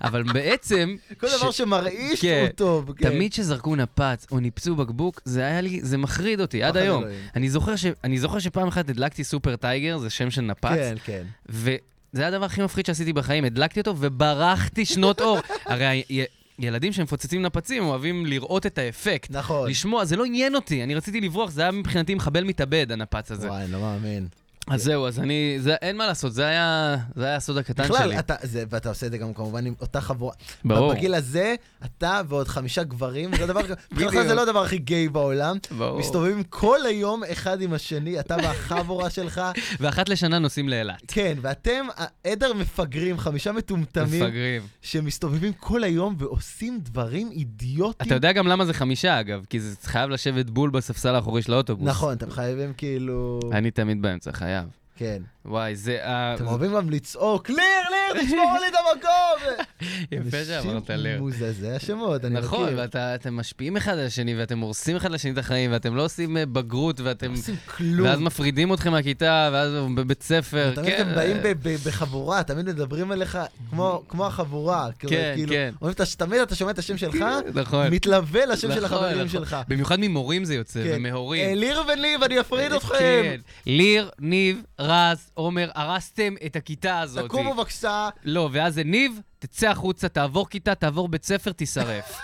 Speaker 2: אבל בעצם,
Speaker 3: כל דבר
Speaker 2: ש-
Speaker 3: שמרעיש
Speaker 2: כן.
Speaker 3: הוא טוב. כן.
Speaker 2: תמיד שזרקו נפץ או ניפצו בקבוק, זה היה לי, זה מחריד אותי עד
Speaker 3: פחד
Speaker 2: היום.
Speaker 3: אלוהים.
Speaker 2: אני זוכר, ש, אני זוכר שפעם אחת הדלקתי סופר טייגר, זה שם של נפץ,
Speaker 3: כן, כן.
Speaker 2: וזה היה הדבר הכי מפחיד שעשיתי בחיים, הדלקתי אותו וברחתי שנות אור. הרי ה- י- ילדים שמפוצצים נפצים אוהבים לראות את האפקט.
Speaker 3: נכון.
Speaker 2: לשמוע, זה לא עניין אותי, אני רציתי לברוח, זה היה מבחינתי מחבל מתאבד, הנפץ הזה.
Speaker 3: וואי, אני לא מאמין.
Speaker 2: אז זהו, אז אני, זה, אין מה לעשות, זה היה, זה היה הסוד הקטן
Speaker 3: בכלל,
Speaker 2: שלי.
Speaker 3: אתה, זה, ואתה עושה את זה גם כמובן עם אותה חבורה.
Speaker 2: ברור.
Speaker 3: בגיל הזה, אתה ועוד חמישה גברים, זה הדבר, בכלל זה לא הדבר הכי גיי בעולם.
Speaker 2: ברור.
Speaker 3: מסתובבים כל היום אחד עם השני, אתה והחבורה שלך,
Speaker 2: ואחת לשנה נוסעים לאילת.
Speaker 3: כן, ואתם עדר מפגרים, חמישה מטומטמים,
Speaker 2: מפגרים.
Speaker 3: שמסתובבים כל היום ועושים דברים אידיוטיים.
Speaker 2: אתה יודע גם למה זה חמישה, אגב, כי זה חייב לשבת בול בספסל האחורי של האוטובוס.
Speaker 3: נכון, אתם חייבים כאילו...
Speaker 2: אני תמיד באמצע, חייב.
Speaker 3: כן.
Speaker 2: וואי, זה... אה, ה-
Speaker 3: אתם אוהבים גם לצעוק, ליר, ליר, תשמור לי את המקום!
Speaker 2: יפה שאמרת,
Speaker 3: אנשים
Speaker 2: לב.
Speaker 3: מוזזי השמות, אני מכיר.
Speaker 2: נכון, ואתם משפיעים אחד על השני, ואתם הורסים אחד לשני את החיים, ואתם לא עושים אה, בגרות, ואתם...
Speaker 3: לא עושים כלום.
Speaker 2: ואז מפרידים אתכם מהכיתה, ואז בבית ספר.
Speaker 3: תמיד
Speaker 2: כן,
Speaker 3: הם באים
Speaker 2: אה,
Speaker 3: ב- ב- בחבורה, תמיד מדברים אליך כמו- כמו החבורה. כזה,
Speaker 2: כן,
Speaker 3: כאילו,
Speaker 2: כן.
Speaker 3: אומרים, אתה- תמיד אתה שומע את השם שלך,
Speaker 2: נכון.
Speaker 3: מתלווה לשם של
Speaker 2: נכון,
Speaker 3: החברים
Speaker 2: נכון.
Speaker 3: שלך.
Speaker 2: במיוחד ממורים זה יוצא,
Speaker 3: כן. אה,
Speaker 2: ומהורים.
Speaker 3: ליר וניב, אני אפריד
Speaker 2: כן.
Speaker 3: אתכם.
Speaker 2: ליר, ניב, רז, עומר, הרסתם את הכיתה הזאת.
Speaker 3: תקומו בבקשה.
Speaker 2: לא, ואז זה ניב, תצא החוצה, תעבור כיתה, תעבור בית ספר, תישרף.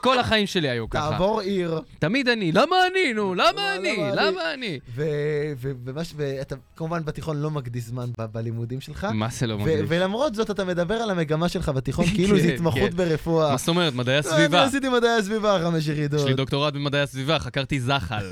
Speaker 2: כל החיים שלי היו ככה.
Speaker 3: תעבור עיר.
Speaker 2: תמיד אני, למה אני, נו? למה
Speaker 3: למה
Speaker 2: אני?
Speaker 3: אני?
Speaker 2: למה אני?
Speaker 3: ו- ו- ומה ש- ואתה כמובן בתיכון לא מקדיש זמן ב- בלימודים שלך.
Speaker 2: מה זה לא
Speaker 3: אה? ו-
Speaker 2: מגניב?
Speaker 3: ולמרות זאת אתה מדבר על המגמה שלך בתיכון כאילו זו
Speaker 2: כן,
Speaker 3: התמחות
Speaker 2: כן.
Speaker 3: ברפואה.
Speaker 2: מה זאת אומרת, מדעי
Speaker 3: לא, אני
Speaker 2: הסביבה.
Speaker 3: עשיתי מדעי הסביבה חמש
Speaker 2: יש
Speaker 3: ירידות.
Speaker 2: לי דוקטורט במדעי הסביבה, חקרתי זחל.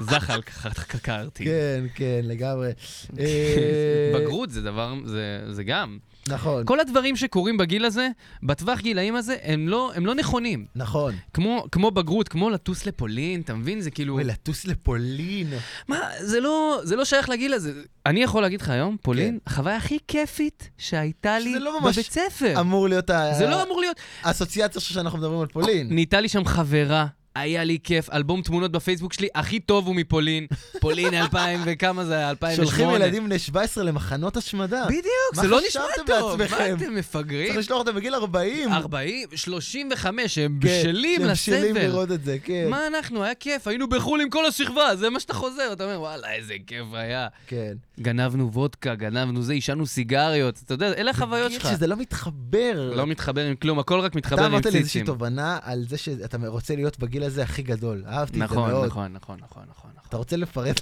Speaker 2: זחל ח- חקרתי.
Speaker 3: כן, כן, לגמרי. אה,
Speaker 2: בגרות זה דבר, זה- זה גם.
Speaker 3: נכון,
Speaker 2: כל הדברים שקורים בגיל הזה, בטווח גילאים הזה, הם לא, הם לא נכונים.
Speaker 3: נכון.
Speaker 2: כמו, כמו בגרות, כמו לטוס לפולין, אתה מבין? זה כאילו...
Speaker 3: אוי, לא. לטוס לפולין.
Speaker 2: מה, זה לא, זה לא שייך לגיל הזה. אני יכול להגיד לך היום, פולין, החוויה הכי כיפית שהייתה לי
Speaker 3: כן. שזה לא ממש
Speaker 2: בבית ספר.
Speaker 3: אמור להיות ה-
Speaker 2: זה לא אמור להיות.
Speaker 3: האסוציאציה שאנחנו מדברים על פולין.
Speaker 2: נהייתה לי שם חברה היה לי כיף, אלבום תמונות בפייסבוק שלי, הכי טוב הוא מפולין. פולין 2000 וכמה זה היה? 2008.
Speaker 3: שולחים ילדים בני 17 למחנות השמדה.
Speaker 2: בדיוק,
Speaker 3: מה
Speaker 2: זה לא נשמע
Speaker 3: חשבתם
Speaker 2: טוב. מה
Speaker 3: לעצמכם?
Speaker 2: אתם מפגרים?
Speaker 3: צריך לשלוח אותם בגיל 40.
Speaker 2: 40, 35, הם
Speaker 3: כן,
Speaker 2: בשלים
Speaker 3: שהם בשלים
Speaker 2: לספר.
Speaker 3: לראות את זה, כן.
Speaker 2: מה אנחנו, היה כיף, היינו בחו"ל עם כל השכבה, זה מה שאתה חוזר, אתה אומר, וואלה, איזה כיף היה.
Speaker 3: כן.
Speaker 2: גנבנו וודקה, גנבנו זה, עישנו סיגריות, אתה יודע, אלה החוויות שלך.
Speaker 3: שזה לא מתחבר.
Speaker 2: לא מתחבר עם כלום, הכל רק
Speaker 3: אתה
Speaker 2: מתחבר עם
Speaker 3: אמרת לי איזושהי
Speaker 2: ציצים.
Speaker 3: תובנה על זה שאתה רוצה להיות בגיל הזה הכי גדול. אהבתי את זה מאוד.
Speaker 2: נכון, נכון, נכון, נכון, נכון.
Speaker 3: אתה רוצה לפרט?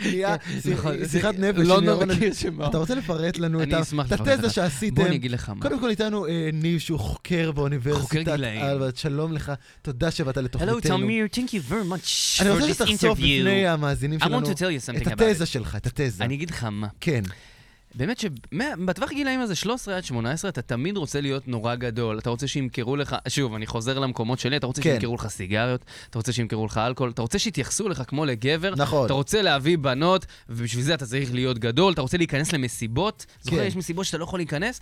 Speaker 3: נהיה
Speaker 2: נכון,
Speaker 3: שיח-
Speaker 2: זה-
Speaker 3: שיחת נפש. עם
Speaker 2: לא
Speaker 3: ירון.
Speaker 2: נכיר שמה.
Speaker 3: אתה רוצה לפרט לנו את
Speaker 2: אני
Speaker 3: ה-
Speaker 2: אשמח
Speaker 3: את
Speaker 2: לפרט
Speaker 3: התזה
Speaker 2: לך.
Speaker 3: שעשיתם?
Speaker 2: בוא אני אגיד לך מה.
Speaker 3: קודם כל איתנו אה, ניב, שהוא חוקר
Speaker 2: חוקר
Speaker 3: באוניברסיטת
Speaker 2: גילאים.
Speaker 3: אלברט, שלום לך, תודה שבאת לתוכניתנו.
Speaker 4: Hello, Tamir. Thank you very much
Speaker 3: אני
Speaker 4: for
Speaker 3: רוצה
Speaker 4: this
Speaker 3: שתחשוף
Speaker 4: interview.
Speaker 3: בפני המאזינים
Speaker 4: I want
Speaker 3: שלנו
Speaker 4: to tell you something
Speaker 3: את
Speaker 4: about
Speaker 3: התזה שלך, את התזה.
Speaker 2: אני אגיד לך מה.
Speaker 3: כן,
Speaker 2: באמת שבטווח גילאים הזה, 13 עד 18, אתה תמיד רוצה להיות נורא גדול. אתה רוצה שימכרו לך, שוב, אני חוזר למקומות שלי, אתה רוצה
Speaker 3: כן.
Speaker 2: שימכרו לך סיגריות, אתה רוצה שימכרו לך אלכוהול, אתה רוצה שיתייחסו לך כמו לגבר,
Speaker 3: נכון.
Speaker 2: אתה רוצה להביא בנות, ובשביל זה אתה צריך להיות גדול, אתה רוצה להיכנס למסיבות, זוכר,
Speaker 3: כן.
Speaker 2: יש מסיבות שאתה לא יכול להיכנס,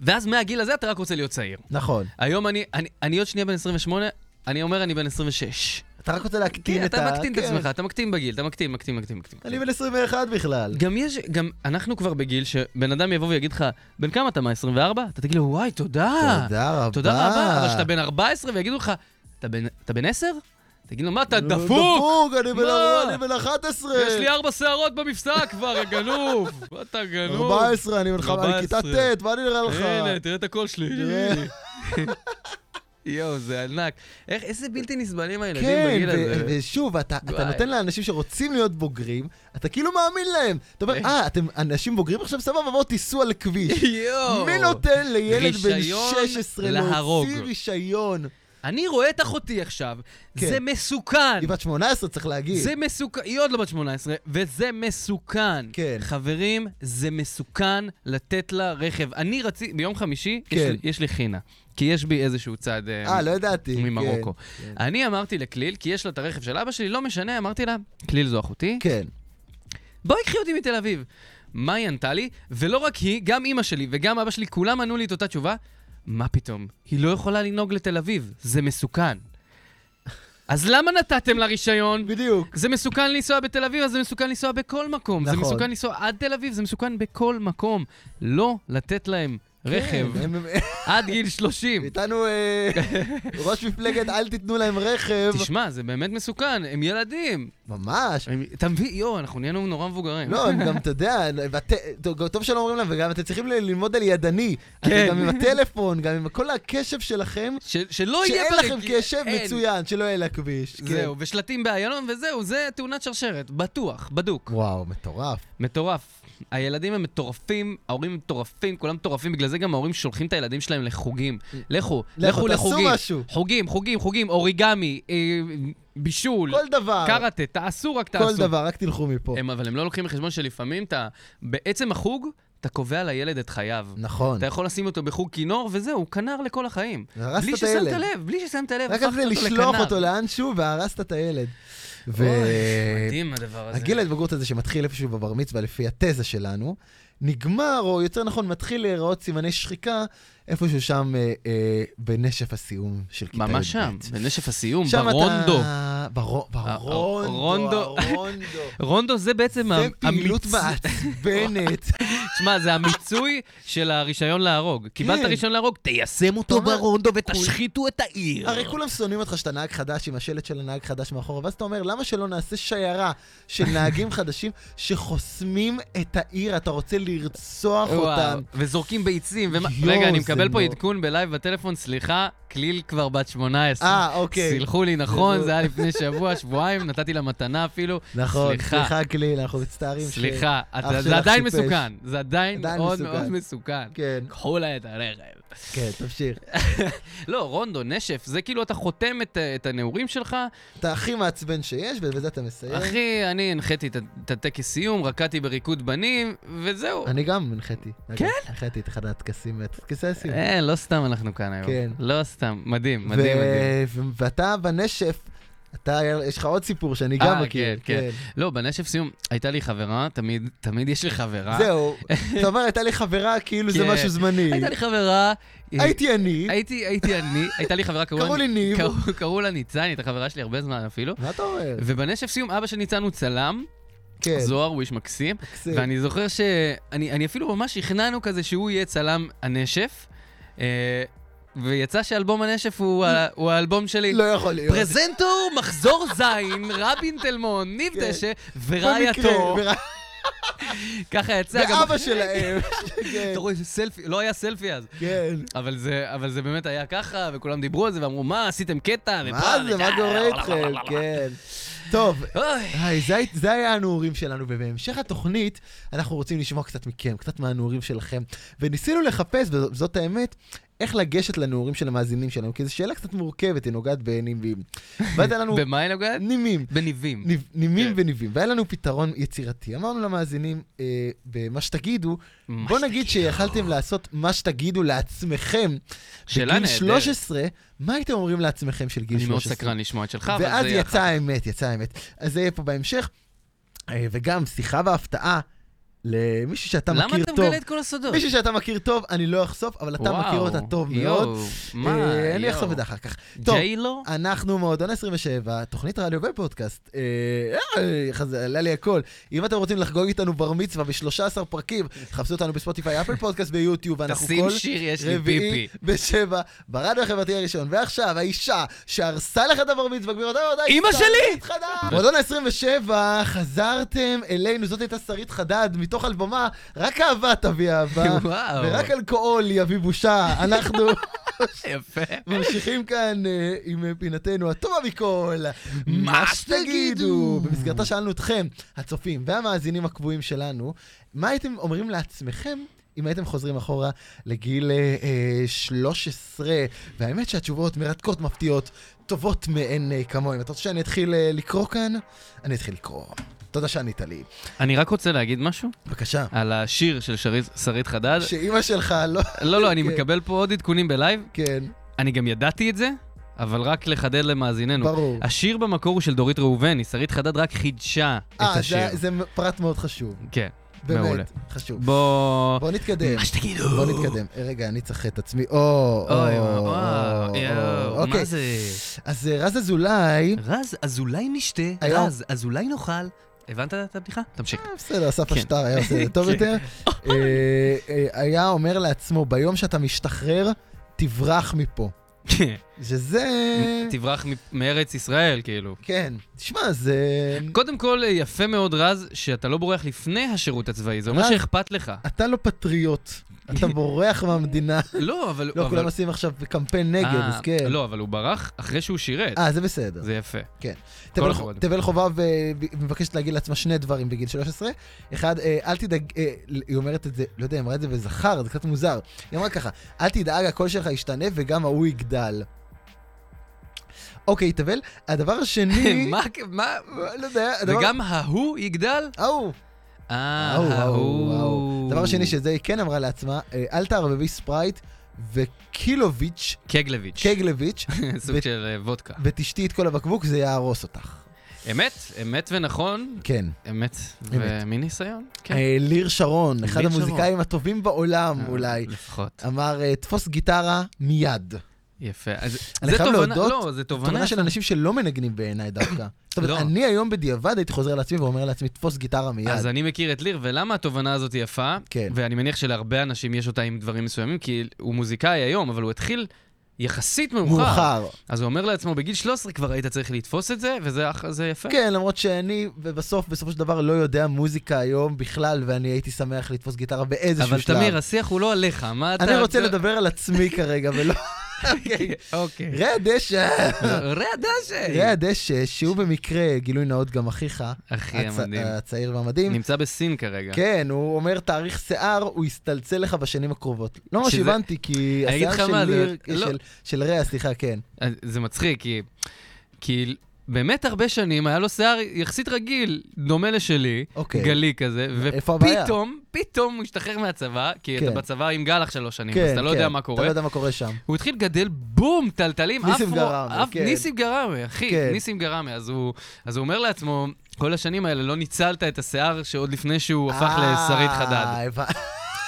Speaker 2: ואז מהגיל הזה אתה רק רוצה להיות צעיר.
Speaker 3: נכון.
Speaker 2: היום אני, אני, אני עוד שנייה בן 28, אני אומר אני בן 26.
Speaker 3: אתה רק רוצה
Speaker 2: כן,
Speaker 3: להקטין את ה...
Speaker 2: אתה מקטין את
Speaker 3: כן.
Speaker 2: עצמך, אתה מקטין בגיל, אתה מקטין, מקטין, מקטין, מקטין.
Speaker 3: אני בן 21 בכלל.
Speaker 2: גם יש, גם אנחנו כבר בגיל שבן אדם יבוא ויגיד לך, בן כמה אתה, מה, 24? אתה תגיד לו, וואי, תודה.
Speaker 3: תודה רבה.
Speaker 2: תודה רבה. אבל כשאתה בן 14 ויגידו לך, "אתה בן- אתה בן 10? תגיד לו, מה, אתה דפוק?
Speaker 3: לא, דפוק, אני בן-
Speaker 2: מה?
Speaker 3: אני בן 11.
Speaker 2: יש לי ארבע שערות במפסע כבר, יא גנוב. מה אתה גנוב?
Speaker 3: 14, אני בן חמש, אני כיתה
Speaker 2: 14.
Speaker 3: ט', מה אני נראה לך?
Speaker 2: הנה, תראה את הקול שלי.
Speaker 3: תראה.
Speaker 2: יואו, זה ענק. איך, איזה בלתי נסבלים הילדים
Speaker 3: כן,
Speaker 2: בגיל
Speaker 3: ו-
Speaker 2: הזה.
Speaker 3: ושוב, אתה אתה
Speaker 2: וואי.
Speaker 3: נותן לאנשים שרוצים להיות בוגרים, אתה כאילו מאמין להם. אתה אומר, אה, אתם אנשים בוגרים עכשיו? סבבה, בואו תיסעו על הכביש.
Speaker 2: יואו.
Speaker 3: מי נותן לילד בן
Speaker 2: רישיון
Speaker 3: 16
Speaker 2: להרוג.
Speaker 3: להוציא רישיון?
Speaker 2: אני רואה את אחותי עכשיו,
Speaker 3: כן.
Speaker 2: זה מסוכן.
Speaker 3: היא בת 18, צריך להגיד.
Speaker 2: זה מסוכן, היא עוד לא בת 18, וזה מסוכן.
Speaker 3: כן.
Speaker 2: חברים, זה מסוכן לתת לה רכב. אני רציתי, ביום חמישי, יש,
Speaker 3: כן.
Speaker 2: לי, יש לי חינה, כי יש בי איזשהו צד אה,
Speaker 3: אה, לא ידעתי. כן,
Speaker 2: ממרוקו.
Speaker 3: כן.
Speaker 2: אני אמרתי לכליל, כי יש לה את הרכב של אבא שלי, לא משנה, אמרתי לה, כליל זו אחותי,
Speaker 3: כן.
Speaker 2: בואי קחי אותי מתל אביב. מה היא ענתה לי? ולא רק היא, גם אימא שלי וגם אבא שלי, כולם ענו לי את אותה תשובה. מה פתאום? היא לא יכולה לנהוג לתל אביב, זה מסוכן. אז למה נתתם לה רישיון?
Speaker 3: בדיוק.
Speaker 2: זה מסוכן לנסוע בתל אביב, אז זה מסוכן לנסוע בכל מקום. נכון. זה
Speaker 3: נכון.
Speaker 2: מסוכן לנסוע עד תל אביב, זה מסוכן בכל מקום. לא לתת להם רכב
Speaker 3: כן, הם- הם-
Speaker 2: עד גיל 30.
Speaker 3: איתנו אה, ראש מפלגת אל תיתנו להם רכב.
Speaker 2: תשמע, זה באמת מסוכן, הם ילדים.
Speaker 3: ממש.
Speaker 2: הם- אתה מבין, יואו, אנחנו נהיינו נורא מבוגרים.
Speaker 3: לא, הם גם, אתה יודע, ואת- טוב, טוב שלא אומרים להם, וגם אתם צריכים ל- ללמוד על ידני.
Speaker 2: כן.
Speaker 3: כן. גם עם הטלפון, גם עם כל הקשב שלכם,
Speaker 2: ש- שלא יהיה
Speaker 3: שאין לכם
Speaker 2: ברגיל-
Speaker 3: קשב,
Speaker 2: אין.
Speaker 3: מצוין, שלא יהיה לכביש. כן.
Speaker 2: כן. זהו, ושלטים באיילון וזהו, זה תאונת שרשרת, בטוח, בדוק.
Speaker 3: וואו, מטורף.
Speaker 2: מטורף. הילדים הם מטורפים, ההורים מטורפים, כולם מטורפים, בגלל זה גם ההורים שולחים את הילדים שלהם לחוגים. לכו, לכו
Speaker 3: תעשו
Speaker 2: לחוגים.
Speaker 3: משהו.
Speaker 2: חוגים, חוגים, חוגים, אוריגמי, אה, בישול,
Speaker 3: כל דבר,
Speaker 2: קראטה, תעשו רק תעשו.
Speaker 3: כל דבר, רק תלכו מפה.
Speaker 2: הם, אבל הם לא לוקחים בחשבון שלפעמים אתה, בעצם החוג, אתה קובע לילד את חייו.
Speaker 3: נכון.
Speaker 2: אתה יכול לשים אותו בחוג כינור, וזהו, הוא כנר לכל החיים.
Speaker 3: הרסת
Speaker 2: בלי
Speaker 3: את
Speaker 2: ששמת
Speaker 3: הילד.
Speaker 2: לב, בלי ששמת לב,
Speaker 3: רק
Speaker 2: הפכת
Speaker 3: כדי
Speaker 2: אותו
Speaker 3: לשלוח
Speaker 2: לכנר.
Speaker 3: אותו לאנשהו, והרסת את הילד. ו...
Speaker 2: אוי, מדהים הדבר הזה.
Speaker 3: הגיל ההתבגרות הזה שמתחיל איפשהו בבר מצווה, לפי התזה שלנו, נגמר, או יותר נכון, מתחיל להיראות סימני שחיקה איפשהו שם אה, אה, בנשף הסיום של כיתה י"ב.
Speaker 2: ממש שם, בנשף הסיום,
Speaker 3: כן. שם אתה-
Speaker 2: ברונדו.
Speaker 3: ברו- ברונדו,
Speaker 2: הרונדו.
Speaker 3: הרונדו.
Speaker 2: רונדו זה בעצם
Speaker 3: זה
Speaker 2: המיצ-
Speaker 3: פעילות מעצבנת.
Speaker 2: תשמע, זה המיצוי של הרישיון
Speaker 3: כן.
Speaker 2: להרוג. קיבלת רישיון להרוג, תיישם אותו
Speaker 3: כלומר,
Speaker 2: ברונדו ותשחיתו את העיר.
Speaker 3: הרי כולם שונאים אותך שאתה נהג חדש עם השלט של הנהג חדש מאחורה, ואז אתה אומר, למה שלא נעשה שיירה של נהגים חדשים שחוסמים את העיר, אתה רוצה לרצוח
Speaker 2: וואו,
Speaker 3: אותם.
Speaker 2: וזורקים ביצים. ומה-
Speaker 3: יואו,
Speaker 2: רגע, אני
Speaker 3: זה
Speaker 2: מקבל פה
Speaker 3: נורא.
Speaker 2: עדכון בלייב בטלפון, סליחה, כליל כבר בת 18.
Speaker 3: אה, אוקיי.
Speaker 2: סלחו לי, נכון,
Speaker 3: זה-
Speaker 2: זה היה לפני שבוע, שבועיים, נתתי לה מתנה אפילו.
Speaker 3: נכון,
Speaker 2: סליחה.
Speaker 3: סליחה כליל, אנחנו מצטערים. ש-
Speaker 2: סליחה,
Speaker 3: אח
Speaker 2: אתה- זה
Speaker 3: שלך
Speaker 2: עדיין
Speaker 3: טיפש.
Speaker 2: מסוכן, זה עדיין
Speaker 3: עדיין
Speaker 2: מאוד
Speaker 3: מסוכן.
Speaker 2: מאוד מסוכן.
Speaker 3: כן,
Speaker 2: קחו לה את הרכב.
Speaker 3: כן, תמשיך.
Speaker 2: לא, רונדו, נשף, זה כאילו אתה חותם את, את הנעורים שלך.
Speaker 3: אתה הכי מעצבן שיש, ובזה אתה מסיים.
Speaker 2: אחי, אני הנחיתי את ה- את הטקס סיום, רקדתי בריקוד בנים, וזהו.
Speaker 3: אני גם הנחיתי. אגב,
Speaker 2: כן?
Speaker 3: הנחיתי את אחד הטקסים, את טקסי הסיום.
Speaker 2: אה, לא סתם אה, אנחנו כאן היום.
Speaker 3: כן.
Speaker 2: לא סתם, מדהים,
Speaker 3: ו-
Speaker 2: מדהים, מדהים.
Speaker 3: ו- ואתה בנשף אתה, יש לך עוד סיפור שאני גם
Speaker 2: אה,
Speaker 3: מכיר.
Speaker 2: כן, כן. לא, בנשף סיום, הייתה לי חברה, תמיד, תמיד יש לי חברה.
Speaker 3: זהו, אתה אומר, הייתה לי חברה כאילו זה
Speaker 2: אה? כן.
Speaker 3: משהו זמני.
Speaker 2: הייתה לי חברה. אה,
Speaker 3: הייתי אני,
Speaker 2: הייתי, הייתי אני, הייתה לי חברה,
Speaker 3: קראו לי ניב.
Speaker 2: קראו- קראו לה ניצן, היא הייתה חברה שלי הרבה זמן אפילו.
Speaker 3: מה אתה אומר?
Speaker 2: ובנשף סיום, אבא של ניצן הוא צלם,
Speaker 3: כן,
Speaker 2: זוהר, הוא איש מקסים.
Speaker 3: מקסים.
Speaker 2: ואני זוכר שאני אני אפילו ממש הכנענו כזה שהוא יהיה צלם הנשף, אה, ויצא שאלבום הנשף הוא, ה, הוא האלבום שלי.
Speaker 3: לא יכול להיות.
Speaker 2: פרזנטור, מחזור זין, רבין תלמון, ניב
Speaker 3: כן.
Speaker 2: דשא
Speaker 3: במקרה,
Speaker 2: ורעייתו,
Speaker 3: ורע-
Speaker 2: ככה יצא גם...
Speaker 3: ואבא שלהם. כן,
Speaker 2: אתה רואה, זה סלפי, לא היה סלפי אז,
Speaker 3: כן.
Speaker 2: אבל זה, אבל זה באמת היה ככה, וכולם דיברו על זה ואמרו, מה, עשיתם קטע?
Speaker 3: מה
Speaker 2: ופה,
Speaker 3: זה, מה
Speaker 2: וזה,
Speaker 3: קורה איתכם? כן. טוב,
Speaker 2: אוי.
Speaker 3: היי, זה היית- זה היה הנעורים שלנו, ובהמשך התוכנית אנחנו רוצים לשמוע קצת מכם, קצת מהנעורים שלכם. וניסינו לחפש, וזאת האמת, איך לגשת לנעורים של המאזינים שלנו, כי זו שאלה קצת מורכבת, היא נוגעת בנימים. והייתה לנו
Speaker 2: במה היא נוגעת?
Speaker 3: נימים.
Speaker 2: בניבים.
Speaker 3: ניב- נימים
Speaker 2: כן.
Speaker 3: וניבים, והיה לנו פתרון יצירתי. אמרנו למאזינים, אה, במה שתגידו,
Speaker 2: מה
Speaker 3: בוא נגיד שיכלתם לעשות מה שתגידו לעצמכם.
Speaker 2: שאלה
Speaker 3: בגיל
Speaker 2: נהדרת.
Speaker 3: 13, מה הייתם אומרים לעצמכם של גיל
Speaker 2: אני
Speaker 3: 13?
Speaker 2: מאוד סקרן לשמוע את שלך, אבל
Speaker 3: ואז
Speaker 2: זה יהיה אחר
Speaker 3: יצאה האמת, יצאה האמת. אז זה יהיה פה בהמשך. אה, וגם שיחה והפתעה למישהו שאתה מכיר טוב.
Speaker 2: למה אתה מגלה את כל הסודות?
Speaker 3: מישהו שאתה מכיר טוב, אני לא אחשוף, אבל אתה
Speaker 2: וואו,
Speaker 3: מכיר אותה טוב
Speaker 2: יואו,
Speaker 3: מאוד.
Speaker 2: מה?
Speaker 3: אה, אני
Speaker 2: יואו.
Speaker 3: אחשוף את זה אחר כך. טוב,
Speaker 2: ג'יילו?
Speaker 3: אנחנו מועדון 27, תוכנית רדיו ופודקאסט. אה, אה, חז- עלה לי הכל. אם אתם רוצים לחגוג איתנו בר מצווה ב-13 פרקים, חפשו אותנו בספוטיפיי, אפל פודקאסט ביוטיוב, ואנחנו כל...
Speaker 2: תשים שיר, יש לי
Speaker 3: רביעי
Speaker 2: פיפי.
Speaker 3: בשבע, ברדיו החברתי הראשון. ועכשיו, האישה שהרסה לך את הבר מצווה, גבירותיי ורבותיי,
Speaker 2: אמא
Speaker 3: שרית חדד! מועדון ה-27, חזרתם אלינו, זאת הייתה שרית חדד, מתוך אלבומה, רק אהבה תביא אהבה,
Speaker 2: וואו.
Speaker 3: אה, ורק אלכוהול יביא בושה. אנחנו
Speaker 2: יפה.
Speaker 3: ממשיכים כאן אה, עם אה, פינתנו הטובה מכל, מה שתגידו. במסגרתה שאלנו אתכם, הצופים והמאזינים הקבועים שלנו, מה הייתם אומרים לעצמכם? אם הייתם חוזרים אחורה לגיל אה, אה, 13, והאמת שהתשובות מרתקות, מפתיעות, טובות מאין אה, כמוהן. אתה רוצה שאני אתחיל אה, לקרוא כאן? אני אתחיל לקרוא. תודה שענית לי.
Speaker 2: אני רק רוצה להגיד משהו
Speaker 3: בבקשה.
Speaker 2: על השיר של שרית- שרית חדד.
Speaker 3: שאימא שלך לא...
Speaker 2: לא, לא, אני
Speaker 3: כן.
Speaker 2: מקבל פה עוד עדכונים בלייב.
Speaker 3: כן,
Speaker 2: אני גם ידעתי את זה, אבל רק לחדד למאזיננו.
Speaker 3: ברור.
Speaker 2: השיר במקור הוא של דורית ראובני, שרית חדד רק חידשה את
Speaker 3: אה,
Speaker 2: השיר.
Speaker 3: זה- זה פרט מאוד חשוב.
Speaker 2: כן, מעולה.
Speaker 3: באמת, חשוב.
Speaker 2: בוא...
Speaker 3: בוא נתקדם.
Speaker 2: מה שתגידו.
Speaker 3: בוא נתקדם. אה, רגע, אני צריך את עצמי. או, או,
Speaker 2: אוי,
Speaker 3: או,
Speaker 2: וואו,
Speaker 3: או.
Speaker 2: יואו,
Speaker 3: אוקיי,
Speaker 2: מה זה?
Speaker 3: אז אה, רז אזולאי,
Speaker 2: רז, אז אולי נשתה,
Speaker 3: היום.
Speaker 2: רז, אז אולי נאכל. הבנת את הבדיחה? תמשיך.
Speaker 3: אה, בסדר, אסף
Speaker 2: כן.
Speaker 3: אשטר היה עושה את זה טוב
Speaker 2: כן.
Speaker 3: יותר, אה, אה, היה אומר לעצמו, ביום שאתה משתחרר, תברח מפה. אה. שזה...
Speaker 2: תברח מ- מארץ ישראל, כאילו.
Speaker 3: כן, תשמע, זה...
Speaker 2: קודם כל, אה, יפה מאוד, רז, שאתה לא בורח לפני השירות הצבאי, זה אומר
Speaker 3: רז-
Speaker 2: שאכפת לך.
Speaker 3: אתה לא פטריוט, אתה בורח מהמדינה.
Speaker 2: לא, אבל...
Speaker 3: לא,
Speaker 2: אבל-
Speaker 3: כולם עושים עכשיו קמפיין נגד,
Speaker 2: אה,
Speaker 3: אז כן.
Speaker 2: לא, אבל הוא ברח אחרי שהוא שירת.
Speaker 3: אה, זה בסדר.
Speaker 2: זה יפה.
Speaker 3: תבל-
Speaker 2: הכבוד.
Speaker 3: תבל חובב אה, ב- מבקשת להגיד לעצמה שני דברים בגיל 13. אחד, אה, אל תדאג, אה, היא אומרת את זה, לא יודע, היא אמרה את זה בזכר, זה קצת מוזר. היא אמרה ככה, אל תדאג, הקול שלך ישתנה וגם ההוא יגדל. אוקיי, תבל, הדבר השני...
Speaker 2: מה, מה...
Speaker 3: לא יודע, הדבר...
Speaker 2: וגם ההוא יגדל?
Speaker 3: ההוא.
Speaker 2: אה,
Speaker 3: ההוא, ההוא,
Speaker 2: ההוא.
Speaker 3: ההוא. דבר שני שזה היא כן אמרה לעצמה, אה, אל תערבבי ספרייט וקילוביץ',
Speaker 2: קגלביץ'.
Speaker 3: קגלביץ',
Speaker 2: סוג של אה, וודקה.
Speaker 3: ותשתי את כל הבקבוק, זה יהרוס אותך.
Speaker 2: אמת, אמת ונכון,
Speaker 3: כן.
Speaker 2: אמת
Speaker 3: אמת.
Speaker 2: ומניסיון. כן.
Speaker 3: אה, ליר שרון, אחד
Speaker 2: ליר אה.
Speaker 3: המוזיקאים הטובים בעולם אולי,
Speaker 2: לפחות.
Speaker 3: אמר, אה, תפוס גיטרה מיד.
Speaker 2: יפה. אז
Speaker 3: אני
Speaker 2: זה
Speaker 3: חייב
Speaker 2: תובנה,
Speaker 3: להודות,
Speaker 2: לא, זה תובנה.
Speaker 3: תובנה של אנשים שלא מנגנים בעיניי דווקא. זאת
Speaker 2: לא.
Speaker 3: אומרת, אני היום בדיעבד הייתי חוזר לעצמי ואומר לעצמי, תפוס גיטרה מיד.
Speaker 2: אז אני מכיר את ליר, ולמה התובנה הזאת היא יפה?
Speaker 3: כן.
Speaker 2: ואני מניח שלהרבה אנשים יש אותה עם דברים מסוימים, כי הוא מוזיקאי היום, אבל הוא התחיל יחסית מאוחר.
Speaker 3: מאוחר.
Speaker 2: אז הוא אומר לעצמו, בגיל 13 כבר היית צריך לתפוס את זה, וזה אח- זה יפה.
Speaker 3: כן, למרות שאני, ובסוף, בסופו של דבר, לא יודע מוזיקה היום בכלל, ואני הייתי שמח לתפוס גיטרה באיזשהו
Speaker 2: אבל
Speaker 3: שלב.
Speaker 2: תמיר, השיח הוא לא עליך, מה אתה...
Speaker 3: אני רוצה
Speaker 2: אתה-
Speaker 3: לדבר כן. על עצמי כרגע, ולא...
Speaker 2: אוקיי. לא,
Speaker 3: ראה הדשא,
Speaker 2: רע דשא.
Speaker 3: ראה הדשא, שהוא במקרה, גילוי נאות גם אחיך,
Speaker 2: אחי
Speaker 3: הצ-
Speaker 2: המדהים.
Speaker 3: הצעיר והמדהים,
Speaker 2: נמצא בסין כרגע.
Speaker 3: כן, הוא אומר תאריך שיער, הוא יסתלצל לך בשנים הקרובות. לא מה
Speaker 2: שזה-
Speaker 3: שהבנתי, כי
Speaker 2: אני אגיד
Speaker 3: השיער
Speaker 2: לך מה,
Speaker 3: של
Speaker 2: זה-
Speaker 3: ליר,
Speaker 2: לא.
Speaker 3: של- של רע, סליחה, כן.
Speaker 2: אז זה מצחיק, כי... כי באמת הרבה שנים היה לו שיער יחסית רגיל, דומה לשלי,
Speaker 3: אוקיי.
Speaker 2: גלי כזה,
Speaker 3: איפה הבעיה?
Speaker 2: ופתאום, פתאום הוא השתחרר מהצבא, כי אתה
Speaker 3: כן.
Speaker 2: בצבא עם גלח שלוש שנים,
Speaker 3: כן,
Speaker 2: אז אתה לא יודע
Speaker 3: כן,
Speaker 2: מה
Speaker 3: אתה
Speaker 2: קורה.
Speaker 3: לא יודע מה קורה שם.
Speaker 2: הוא התחיל לגדל בום, טלטלים,
Speaker 3: ניסים
Speaker 2: אפרו,
Speaker 3: גראמה,
Speaker 2: אפ-
Speaker 3: כן.
Speaker 2: ניסים גראמה, אחי,
Speaker 3: כן.
Speaker 2: ניסים גראמה. אז הוא, אז הוא אומר לעצמו, כל השנים האלה לא ניצלת את השיער שעוד לפני שהוא הפך לשרית חדד.
Speaker 3: אה, הבנ-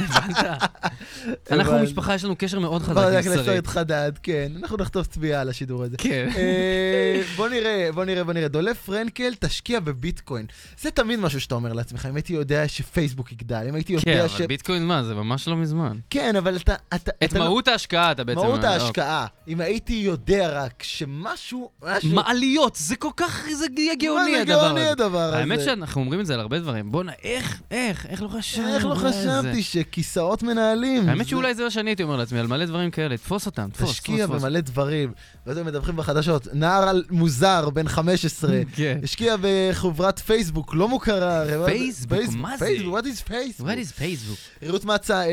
Speaker 2: הבנת? אנחנו
Speaker 3: הבנתי.
Speaker 2: משפחה, יש לנו קשר מאוד חזק
Speaker 3: כבר
Speaker 2: עם
Speaker 3: רק
Speaker 2: שרית.
Speaker 3: לשרית חדד, כן. אנחנו נחטוף צביעה על השידור הזה.
Speaker 2: כן.
Speaker 3: אה, בוא נראה, בוא נראה, בוא נראה. דולף פרנקל, תשקיע בביטקוין. זה תמיד משהו שאתה אומר לעצמך, אם הייתי יודע שפייסבוק יגדל, אם הייתי
Speaker 2: כן,
Speaker 3: יודע ש...
Speaker 2: אבל ביטקוין מה? זה ממש לא מזמן.
Speaker 3: כן, אבל אתה... אתה-
Speaker 2: את
Speaker 3: אתה לא-
Speaker 2: מהות ההשקעה אתה בעצם...
Speaker 3: מהות
Speaker 2: אה,
Speaker 3: ההשקעה. אם הייתי יודע רק שמשהו... משהו-
Speaker 2: אוקיי. מעליות, זה כל כך, זה יהיה גאוני
Speaker 3: מה זה
Speaker 2: הדבר הזה.
Speaker 3: גאוני הדבר הזה.
Speaker 2: האמת שאנחנו אומרים את זה על הרבה דברים. בואנה, איך, איך, איך לא חשבתי?
Speaker 3: איך לא
Speaker 2: על זה?
Speaker 3: חשבתי שכיסאות מנהלים...
Speaker 2: האמת
Speaker 3: זה-
Speaker 2: שאולי זה מה שאני הייתי אומר לעצמי, על מלא דברים כאלה, תפוס אותם, תפוס,
Speaker 3: תשקיע
Speaker 2: תפוס, תפוס.
Speaker 3: במלא דברים. ואתם מדווחים בחדשות, נער על- מוזר, בן 15,
Speaker 2: כן.
Speaker 3: השקיע בחוברת פייסבוק, לא מוכרה. הרי מה זה-
Speaker 2: פייסבוק,
Speaker 3: פייס-
Speaker 2: מה זה?
Speaker 3: פייסבוק, what is פייסבוק?
Speaker 2: What is פייסבוק?
Speaker 3: רות מצה אה, אה,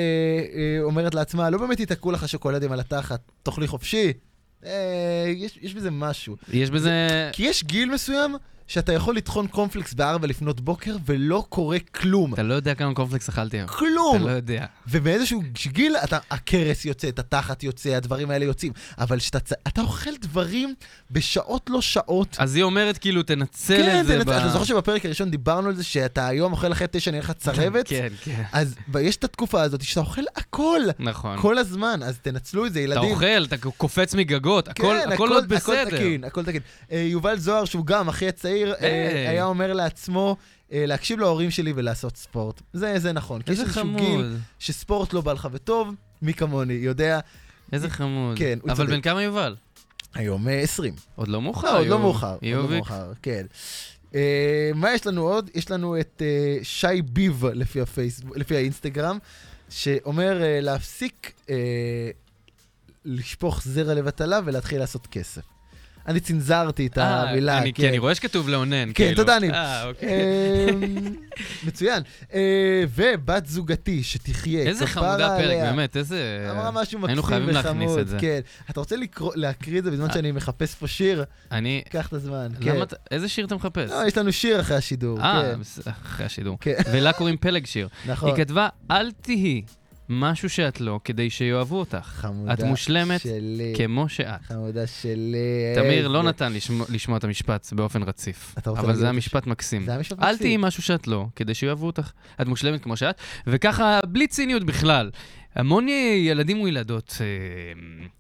Speaker 3: אומרת לעצמה, לא באמת יתקעו לך שוקולדים על התחת, תאכלי חופשי. אה, יש יש בזה משהו.
Speaker 2: יש בזה...
Speaker 3: כי יש גיל מסוים שאתה יכול לטחון קורנפלקס בארבע לפנות בוקר ולא קורה כלום.
Speaker 2: אתה לא יודע כמה קורנפלקס אכלתי היום. אתה
Speaker 3: כלום!
Speaker 2: לא יודע.
Speaker 3: ובאיזשהו גיל אתה, הכרס יוצאת, התחת יוצא, הדברים האלה יוצאים. אבל שאתה, צ- אתה אוכל דברים בשעות לא שעות.
Speaker 2: אז היא אומרת, כאילו, תנצל
Speaker 3: כן,
Speaker 2: את זה
Speaker 3: אתה-
Speaker 2: ב...
Speaker 3: אתה זוכר שבפרק הראשון דיברנו על זה שאתה היום אוכל אחרי תשע, נהיה לך צרבת?
Speaker 2: כן, כן.
Speaker 3: אז ב- יש את התקופה הזאת שאתה אוכל הכל,
Speaker 2: נכון.
Speaker 3: כל הזמן, אז תנצלו את זה,
Speaker 2: אתה
Speaker 3: ילדים.
Speaker 2: אוכל, אתה קופץ מגגות, הכל
Speaker 3: כן,
Speaker 2: הכל עוד בסדר.
Speaker 3: הכל תקין, הכל תקין. אה, יובל זוהר, שהוא גם אחי הצעיר,
Speaker 2: היי.
Speaker 3: אה, היה אומר לעצמו, אה, להקשיב להורים שלי ולעשות ספורט. זה זה נכון. כי
Speaker 2: איזה
Speaker 3: יש איזשהו
Speaker 2: חמוד,
Speaker 3: גיל שספורט לא בא לך בטוב, מי כמוני יודע.
Speaker 2: איזה חמוד.
Speaker 3: כן, הוא
Speaker 2: אבל
Speaker 3: צודק.
Speaker 2: בן כמה יובל?
Speaker 3: היום אה, 20.
Speaker 2: עוד לא מאוחר.
Speaker 3: לא, עוד לא
Speaker 2: יובל.
Speaker 3: מאוחר. עוד לא
Speaker 2: יוביק.
Speaker 3: מאוחר, כן. אה, מה יש לנו עוד? יש לנו את אה, שי ביב לפי הפייסבוק, לפי האינסטגרם, שאומר אה, להפסיק אה, לשפוך זרע לבטלה ולהתחיל לעשות כסף. אני צנזרתי את
Speaker 2: אה,
Speaker 3: המילה.
Speaker 2: אני- כי אני רואה שכתוב לאונן,
Speaker 3: כן,
Speaker 2: כאילו.
Speaker 3: תודה, ניב.
Speaker 2: אה, אוקיי.
Speaker 3: אה, מצוין. אה, ובת זוגתי שתחיה,
Speaker 2: איזה
Speaker 3: כן, כפרה
Speaker 2: חמודה הפרק,
Speaker 3: עליה.
Speaker 2: באמת, איזה...
Speaker 3: אמרה משהו מקסים
Speaker 2: היינו
Speaker 3: וחמוד.
Speaker 2: חייבים להכניס את זה.
Speaker 3: כן. אתה רוצה לקרוא- להקריא את זה בזמן
Speaker 2: אה.
Speaker 3: שאני מחפש פה שיר?
Speaker 2: אני...
Speaker 3: קח את הזמן. כן.
Speaker 2: למה אתה... איזה שיר אתה מחפש?
Speaker 3: לא, יש לנו שיר אחרי השידור.
Speaker 2: אה,
Speaker 3: כן,
Speaker 2: בס- אחרי השידור.
Speaker 3: כן.
Speaker 2: ולה קוראים פלג שיר.
Speaker 3: נכון.
Speaker 2: היא כתבה, אל תהי משהו שאת לא, כדי שיאהבו אותך.
Speaker 3: חמודה
Speaker 2: את מושלמת
Speaker 3: שלי.
Speaker 2: כמו שאת.
Speaker 3: חמודה שלי.
Speaker 2: תמיר
Speaker 3: איזה-
Speaker 2: לא נתן לשמוע- לשמוע את המשפט באופן רציף,
Speaker 3: אתה רוצה
Speaker 2: אבל
Speaker 3: להגיד
Speaker 2: זה
Speaker 3: את
Speaker 2: המשפט מקסים.
Speaker 3: זה היה משפט
Speaker 2: אל
Speaker 3: מקסים.
Speaker 2: תהיי משהו שאת לא, כדי שיאהבו אותך. את מושלמת כמו שאת, וככה, בלי ציניות בכלל. המון אה, ילדים וילדות אה,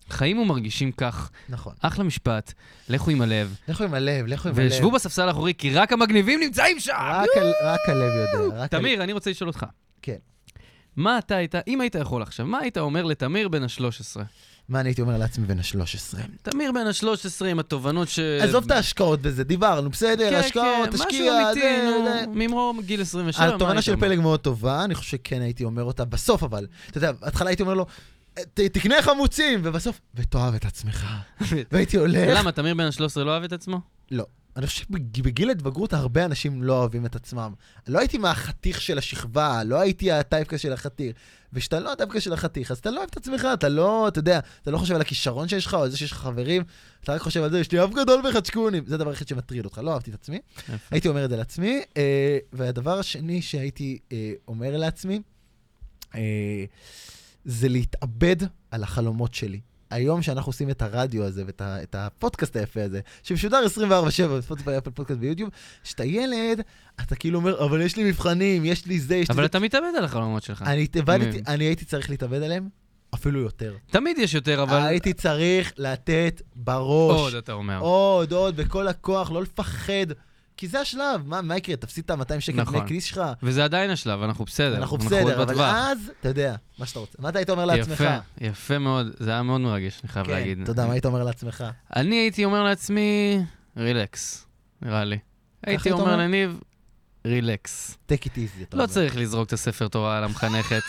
Speaker 2: חיים ומרגישים כך.
Speaker 3: נכון.
Speaker 2: אחלה משפט, לכו עם הלב,
Speaker 3: לכו עם הלב, לכו עם הלב.
Speaker 2: וישבו בספסל האחורי, כי רק המגניבים נמצאים שם!
Speaker 3: רק ה- רק הלב יודע. רק הלב-
Speaker 2: תמיר, אני רוצה לשאול אותך.
Speaker 3: כן.
Speaker 2: מה אתה היית, אם היית יכול עכשיו, מה היית אומר לתמיר בן ה-13?
Speaker 3: מה אני הייתי אומר לעצמי בין ה-13?
Speaker 2: תמיר בן ה-13 עם התובנות ש... כן,
Speaker 3: עזוב את ההשקעות בזה, דיברנו, בסדר, השקעות, תשקיע,
Speaker 2: משהו אמיתי,
Speaker 3: זה,
Speaker 2: נו,
Speaker 3: זה.
Speaker 2: ממרום גיל 27, מה
Speaker 3: התובנה
Speaker 2: היית
Speaker 3: של
Speaker 2: אומר?
Speaker 3: פלג מאוד טובה, אני חושב שכן הייתי אומר אותה בסוף, אבל, אתה יודע, בהתחלה הייתי אומר לו, "ת- תקנה חמוצים, ובסוף, ותאהב את עצמך. והייתי הולך,
Speaker 2: למה, תמיר בן ה-13 לא אוהב את עצמו?
Speaker 3: לא. אני חושב שבגיל ההתבגרות הרבה אנשים לא אוהבים את עצמם. לא הייתי מהחתיך של השכבה, לא הייתי הטייפקה של החתיך. וכשאתה לא הטייפקה של החתיך, אז אתה לא אוהב את עצמך, אתה לא, אתה יודע, אתה לא חושב על הכישרון שיש לך או על זה שיש לך חברים, אתה רק חושב על זה, יש לי אף גדול וחצ'קונים. זה הדבר היחיד שמטריד אותך, לא אהבתי את עצמי.
Speaker 2: יפה.
Speaker 3: הייתי אומר את זה לעצמי. אה, והדבר השני שהייתי אה, אומר לעצמי, אה, זה להתאבד על החלומות שלי. היום שאנחנו עושים את הרדיו הזה ואת ה, את הפודקאסט היפה הזה, שמשודר 24/7 בספוטיפיי, אפל פודקאסט ויוטיוב, כשאתה ילד, אתה כאילו אומר, אבל יש לי מבחנים, יש לי זה, יש לי
Speaker 2: אבל
Speaker 3: זה.
Speaker 2: אתה Mm. מתאבד על החלומות שלך.
Speaker 3: אני התאבדתי,
Speaker 2: מבין.
Speaker 3: אני הייתי צריך להתאבד עליהם אפילו יותר.
Speaker 2: תמיד יש יותר,
Speaker 3: אבל...
Speaker 2: אבל...
Speaker 3: אה, הייתי צריך לתת בראש.
Speaker 2: עוד, אתה אומר.
Speaker 3: עוד, עוד, בכל הכוח, לא לפחד. כי זה השלב, מה, מה יקרה? תפסיד את ה-200 שקל
Speaker 2: נכון.
Speaker 3: דמי כיס שלך?
Speaker 2: וזה עדיין השלב, אנחנו בסדר.
Speaker 3: אנחנו
Speaker 2: עוד
Speaker 3: בסדר, אבל אה,
Speaker 2: בטווח.
Speaker 3: אז, אתה יודע, מה שאתה רוצה. מה אתה היית אומר לעצמך?
Speaker 2: יפה, יפה מאוד. זה היה מאוד מרגש, אני חייב להגיד.
Speaker 3: כן, תודה, מה היית אומר לעצמך?
Speaker 2: אני הייתי אומר לעצמי, רילקס, נראה לי. הייתי
Speaker 3: היית
Speaker 2: אומר
Speaker 3: אומר?
Speaker 2: לניב, רילקס.
Speaker 3: take it easy, אתה
Speaker 2: לא
Speaker 3: אומר.
Speaker 2: צריך לזרוק את הספר תורה על המחנכת.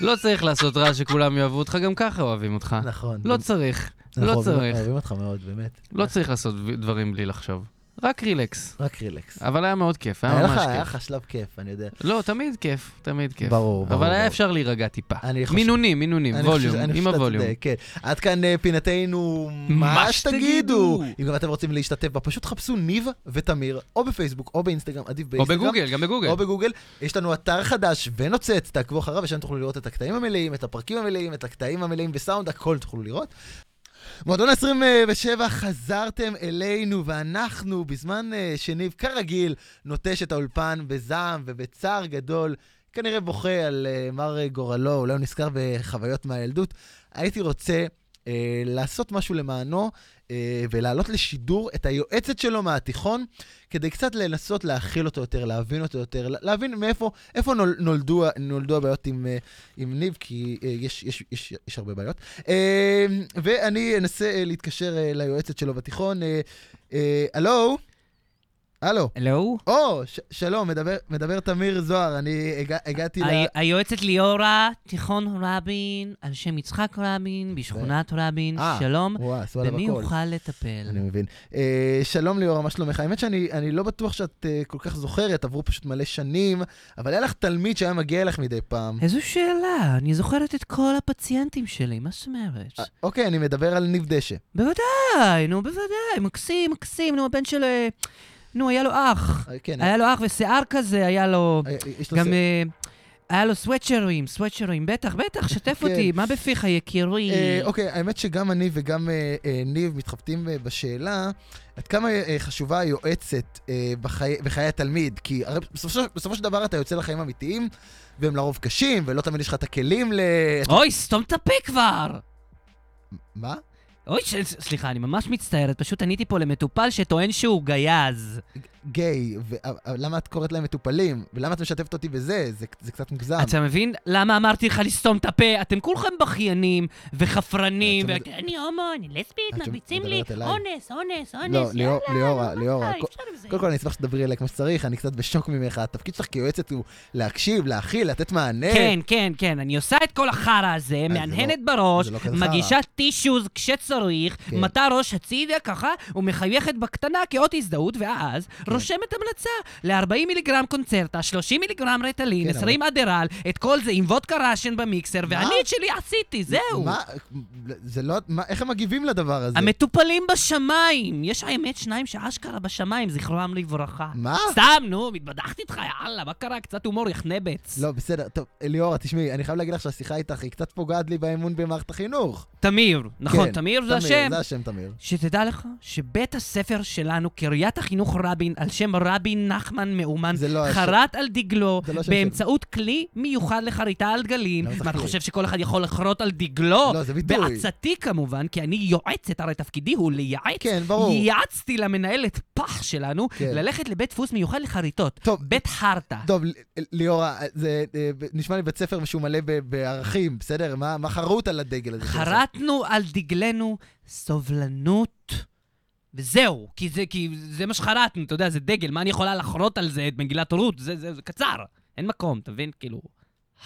Speaker 2: לא צריך לעשות רעש שכולם יאהבו אותך, גם ככה אוהבים אותך.
Speaker 3: נכון.
Speaker 2: לא צריך,
Speaker 3: אנחנו
Speaker 2: לא
Speaker 3: אוהבים-
Speaker 2: צריך.
Speaker 3: אוהבים אותך מאוד, באמת.
Speaker 2: לא צריך אה, לעשות דברים בלי לחשוב.
Speaker 5: רק רילקס.
Speaker 3: רק רילקס.
Speaker 5: אבל היה מאוד כיף, היה
Speaker 3: היה לך-
Speaker 5: ממש
Speaker 3: היה
Speaker 5: כיף.
Speaker 3: לך שלב כיף, אני יודע.
Speaker 5: לא, תמיד כיף, תמיד כיף.
Speaker 3: ברור, ברור,
Speaker 5: אבל היה
Speaker 3: ברור.
Speaker 5: אפשר להירגע טיפה.
Speaker 3: אני חושב-
Speaker 5: מינונים, מינונים,
Speaker 3: אני חושב-
Speaker 5: ווליום,
Speaker 3: אני חושב
Speaker 5: עם
Speaker 3: שאתה
Speaker 5: הווליום.
Speaker 3: צודק, כן. עד כאן אה, פינתנו,
Speaker 5: מה
Speaker 3: מה שתגידו.
Speaker 5: שתגידו.
Speaker 3: אם גם אתם רוצים להשתתף בה, פשוט חפשו ניב ותמיר, או בפייסבוק, או באינסטגרם, עדיף
Speaker 5: או
Speaker 3: באינסטגרם.
Speaker 5: בגוגל, גם בגוגל.
Speaker 3: או בגוגל. יש לנו אתר חדש ונוצץ, תעקבו אחריו, ושם תוכלו לראות את הקטעים המלאים, את הפרקים המלאים, את הקטעים המלאים בסאונד, הכל תוכלו לראות. מועדון 27, חזרתם אלינו, ואנחנו, בזמן אה, שניב, כרגיל, נוטש את האולפן בזעם ובצער גדול, כנראה בוכה על אה, מר אה, גורלו, אולי הוא נזכר בחוויות מהילדות. הייתי רוצה אה, לעשות משהו למענו אה, ולהעלות לשידור את היועצת שלו מהתיכון, כדי קצת לנסות להכיל אותו יותר, להבין אותו יותר, לה- להבין מאיפה איפה נול, נולדו, ה- נולדו הבעיות עם, אה, עם ניב, כי אה, יש, יש, יש, יש הרבה בעיות. אה, ואני אנסה אה, להתקשר אה, ליועצת שלו בתיכון. אה, אה, הלו? הלו.
Speaker 2: הלו?
Speaker 3: או, ש- שלום, מדבר, מדבר תמיר זוהר, אני הגע, הגעתי ל...
Speaker 2: ה- היועצת ליאורה, תיכון רבין, על שם יצחק רבין, בשכונת רבין,
Speaker 3: אה,
Speaker 2: שלום.
Speaker 3: וואי, עשו עליו
Speaker 2: במי
Speaker 3: הכל.
Speaker 2: אוכל לטפל?
Speaker 3: אני מבין. אה, שלום ליאורה, מה שלומך? האמת שאני אני לא בטוח שאת אה, כל כך זוכרת, עברו פשוט מלא שנים, אבל היה לך תלמיד שהיה מגיע אליך מדי פעם.
Speaker 2: איזו שאלה, אני זוכרת את כל הפציינטים שלי, מה זאת אומרת?
Speaker 3: אה, אוקיי, אני מדבר על ניב דשא.
Speaker 2: בוודאי, נו בוודאי, מקסים, מקסים, נו הבן של... אה, נו, היה לו אח.
Speaker 3: אה, כן,
Speaker 2: היה לו אח ושיער כזה, היה לו...
Speaker 3: אה, יש לו
Speaker 2: גם...
Speaker 3: זה-
Speaker 2: אה, היה לו סוואצ'רים, סוואצ'רים, בטח, בטח, שתף
Speaker 3: כן.
Speaker 2: אותי, מה בפיך, יקירי?
Speaker 3: אה, אוקיי, האמת שגם אני וגם אה, אה, ניב מתחבטים אה, בשאלה עד כמה אה, חשובה היועצת אה, בחיי בחיי התלמיד, כי הרי בסופו של- בסופו של דבר אתה יוצא לחיים אמיתיים, והם לרוב קשים, ולא תמיד יש לך את הכלים ל...
Speaker 2: אוי, סתום את הפה כבר!
Speaker 3: מה?
Speaker 2: אוי, ש... סליחה, אני ממש מצטערת, פשוט עניתי פה למטופל שטוען שהוא גייז.
Speaker 3: גיי, ו- אה, אה, למה את קוראת להם מטופלים? ולמה את משתפת אותי בזה? זה- זה קצת מוגזם.
Speaker 2: אתה מבין למה אמרתי לך לסתום את הפה? אתם כולכם בכיינים וחפרנים,
Speaker 3: את שומעת-
Speaker 2: ו- אני הומו, אני
Speaker 3: את
Speaker 2: לסבית,
Speaker 3: שומעת-
Speaker 2: מרביצים לי,
Speaker 3: מדברת אליי.
Speaker 2: אונס, אונס, אונס,
Speaker 3: לא, ליאור- ליאורה,
Speaker 2: נו, מה
Speaker 3: ליאורה,
Speaker 2: לך, אי
Speaker 3: כל-
Speaker 2: אפשר עם זה.
Speaker 3: קודם כל אני אשמח שתדברי אליי כמו שצריך, אני קצת בשוק ממך. התפקיד שלך כיועצת הוא להקשיב, להכיל, לתת מענה.
Speaker 2: כן, כן, כן, אני עושה את כל החרא הזה,
Speaker 3: אה. זה
Speaker 2: מהנהנת
Speaker 3: לא-
Speaker 2: בראש,
Speaker 3: זה לא כזה חרא.
Speaker 2: מגישה טישוז כשצריך,
Speaker 3: כן.
Speaker 2: מטה ראש הצידה ככה, ומחייכת בקטנה כאות הזדהות, ואז
Speaker 3: כן.
Speaker 2: רושמת המלצה ל-40 מיליגרם קונצרטה, 30 מיליגרם רטלין,
Speaker 3: כן, אבל-
Speaker 2: 20 אדרל, את כל זה עם וודקה ראשן במיקסר, ואני את שלי עשיתי, זהו.
Speaker 3: מה? זה לא... מה- איך הם מגיבים לדבר הזה?
Speaker 2: המטופלים בשמיים! יש האמת שניים שאשכרה בשמיים, זכרם לברכה.
Speaker 3: מה?
Speaker 2: סתם, נו, התבדחתי איתך, יאללה, מה קרה? קצת הומור יחנבץ.
Speaker 3: לא, בסדר. טוב, ליאורה, תשמעי, אני חייב להגיד לך שהשיחה איתך היא קצת פוגעת לי באמון במערכת החינוך.
Speaker 2: תמיר, נכון,
Speaker 3: כן,
Speaker 2: תמיר זה השם.
Speaker 3: זה השם, תמיר.
Speaker 2: שתדע לך שבית הספר שלנו, קריית החינוך רבין, על שם רבין נחמן מאומן,
Speaker 3: זה לא השם.
Speaker 2: חרט על דגלו
Speaker 3: זה לא השם
Speaker 2: באמצעות כלי מיוחד לחריטה על דגלים.
Speaker 3: למה זה
Speaker 2: מה, אתה
Speaker 3: כלי?
Speaker 2: חושב שכל אחד יכול לחרוט על דגלו?
Speaker 3: לא, זה ביטוי.
Speaker 2: בעצתי כמובן, כי אני יועצת, הרי תפקידי הוא לייעץ.
Speaker 3: כן, ברור.
Speaker 2: ייעצתי למנהלת פח שלנו
Speaker 3: כן.
Speaker 2: ללכת לבית דפוס מיוחד לחריטות.
Speaker 3: טוב.
Speaker 2: בית חרטה.
Speaker 3: טוב, ל- ליאורה, זה אה, נשמע לי בית ספר שהוא מלא ב- בערכים, בסדר? מה מה חרוט על הדגל הזה? שלכם?
Speaker 2: חרטנו על דגלנו סובלנות, וזהו. כי זה, כי זה מה שחרטנו, אתה יודע, זה דגל, מה אני יכולה לחרוט על זה את מגילת רות? זה, זה, זה קצר, אין מקום, אתה מבין? כאילו,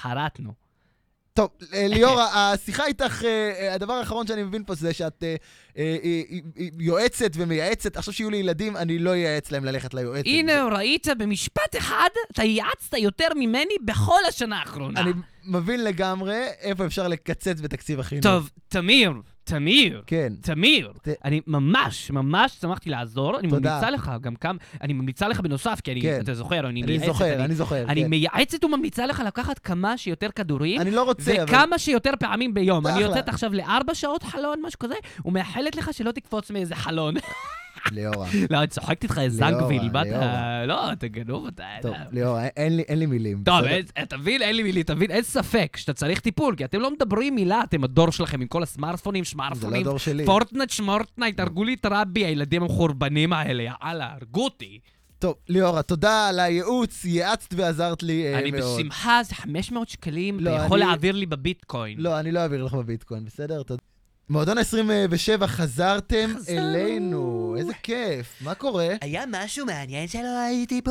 Speaker 2: חרטנו.
Speaker 3: טוב, אה, ליאורה, השיחה איתך, אה, אה, הדבר האחרון שאני מבין פה זה שאת אה, אה, אה, אה, יועצת ומייעצת. עכשיו שיהיו לי ילדים, אני לא אייעץ להם ללכת ליועצת.
Speaker 2: הנה, ראית במשפט אחד, אתה ייעצת יותר ממני בכל השנה האחרונה.
Speaker 3: אני מבין לגמרי איפה אפשר לקצץ בתקציב החינוך.
Speaker 2: טוב, תמיר, תמיר.
Speaker 3: כן.
Speaker 2: תמיר,
Speaker 3: ת-
Speaker 2: אני ממש, ממש שמחתי לעזור, אני
Speaker 3: תודה.
Speaker 2: ממליצה לך גם כמה, אני ממליצה לך בנוסף, כי אני,
Speaker 3: כן.
Speaker 2: אתה זוכר, אני
Speaker 3: אני
Speaker 2: מייעצת,
Speaker 3: זוכר, אני זוכר.
Speaker 2: אני
Speaker 3: כן.
Speaker 2: מייעצת וממליצה לך לקחת כמה שיותר כדורים,
Speaker 3: אני לא רוצה, אבל...
Speaker 2: וכמה שיותר פעמים ביום. אני
Speaker 3: אחלה.
Speaker 2: יוצאת עכשיו לארבע שעות חלון, משהו כזה, ומאחלת לך שלא תקפוץ מאיזה חלון.
Speaker 3: ליאורה.
Speaker 2: לא, אני צוחקת איתך, איזה זנגוויל, מה
Speaker 3: ליאורה.
Speaker 2: אתה... לא, אתה גנוב, אתה...
Speaker 3: טוב,
Speaker 2: אתה-
Speaker 3: ליאורה, אין- אין לי- אין לי מילים.
Speaker 2: טוב, אה,
Speaker 3: בסדר?
Speaker 2: אין- תבין, אין לי מילי, תבין, אין ספק שאתה צריך טיפול, כי אתם לא מדברים מילה, אתם הדור שלכם עם כל הסמארטפונים,
Speaker 3: זה לא
Speaker 2: שמארטפונים,
Speaker 3: הדור שלי.
Speaker 2: פורטנייט, שמורטנייט, הרגו לי את רבי, הילדים המחורבנים האלה, יאללה, הרגו אותי.
Speaker 3: טוב, ליאורה, תודה על הייעוץ, ייעצת ועזרת לי אה, מאוד.
Speaker 2: אני בשמחה, זה 500 שקלים,
Speaker 3: לא,
Speaker 2: אתה יכול
Speaker 3: אני-
Speaker 2: להעביר לי בביטקוין.
Speaker 3: לא, אני לא אעביר לך בביטקוין, בסדר? תודה. מועדון 27, חזרתם
Speaker 2: חזרנו.
Speaker 3: אלינו. איזה כיף. מה קורה?
Speaker 2: היה משהו מעניין שלא הייתי פה.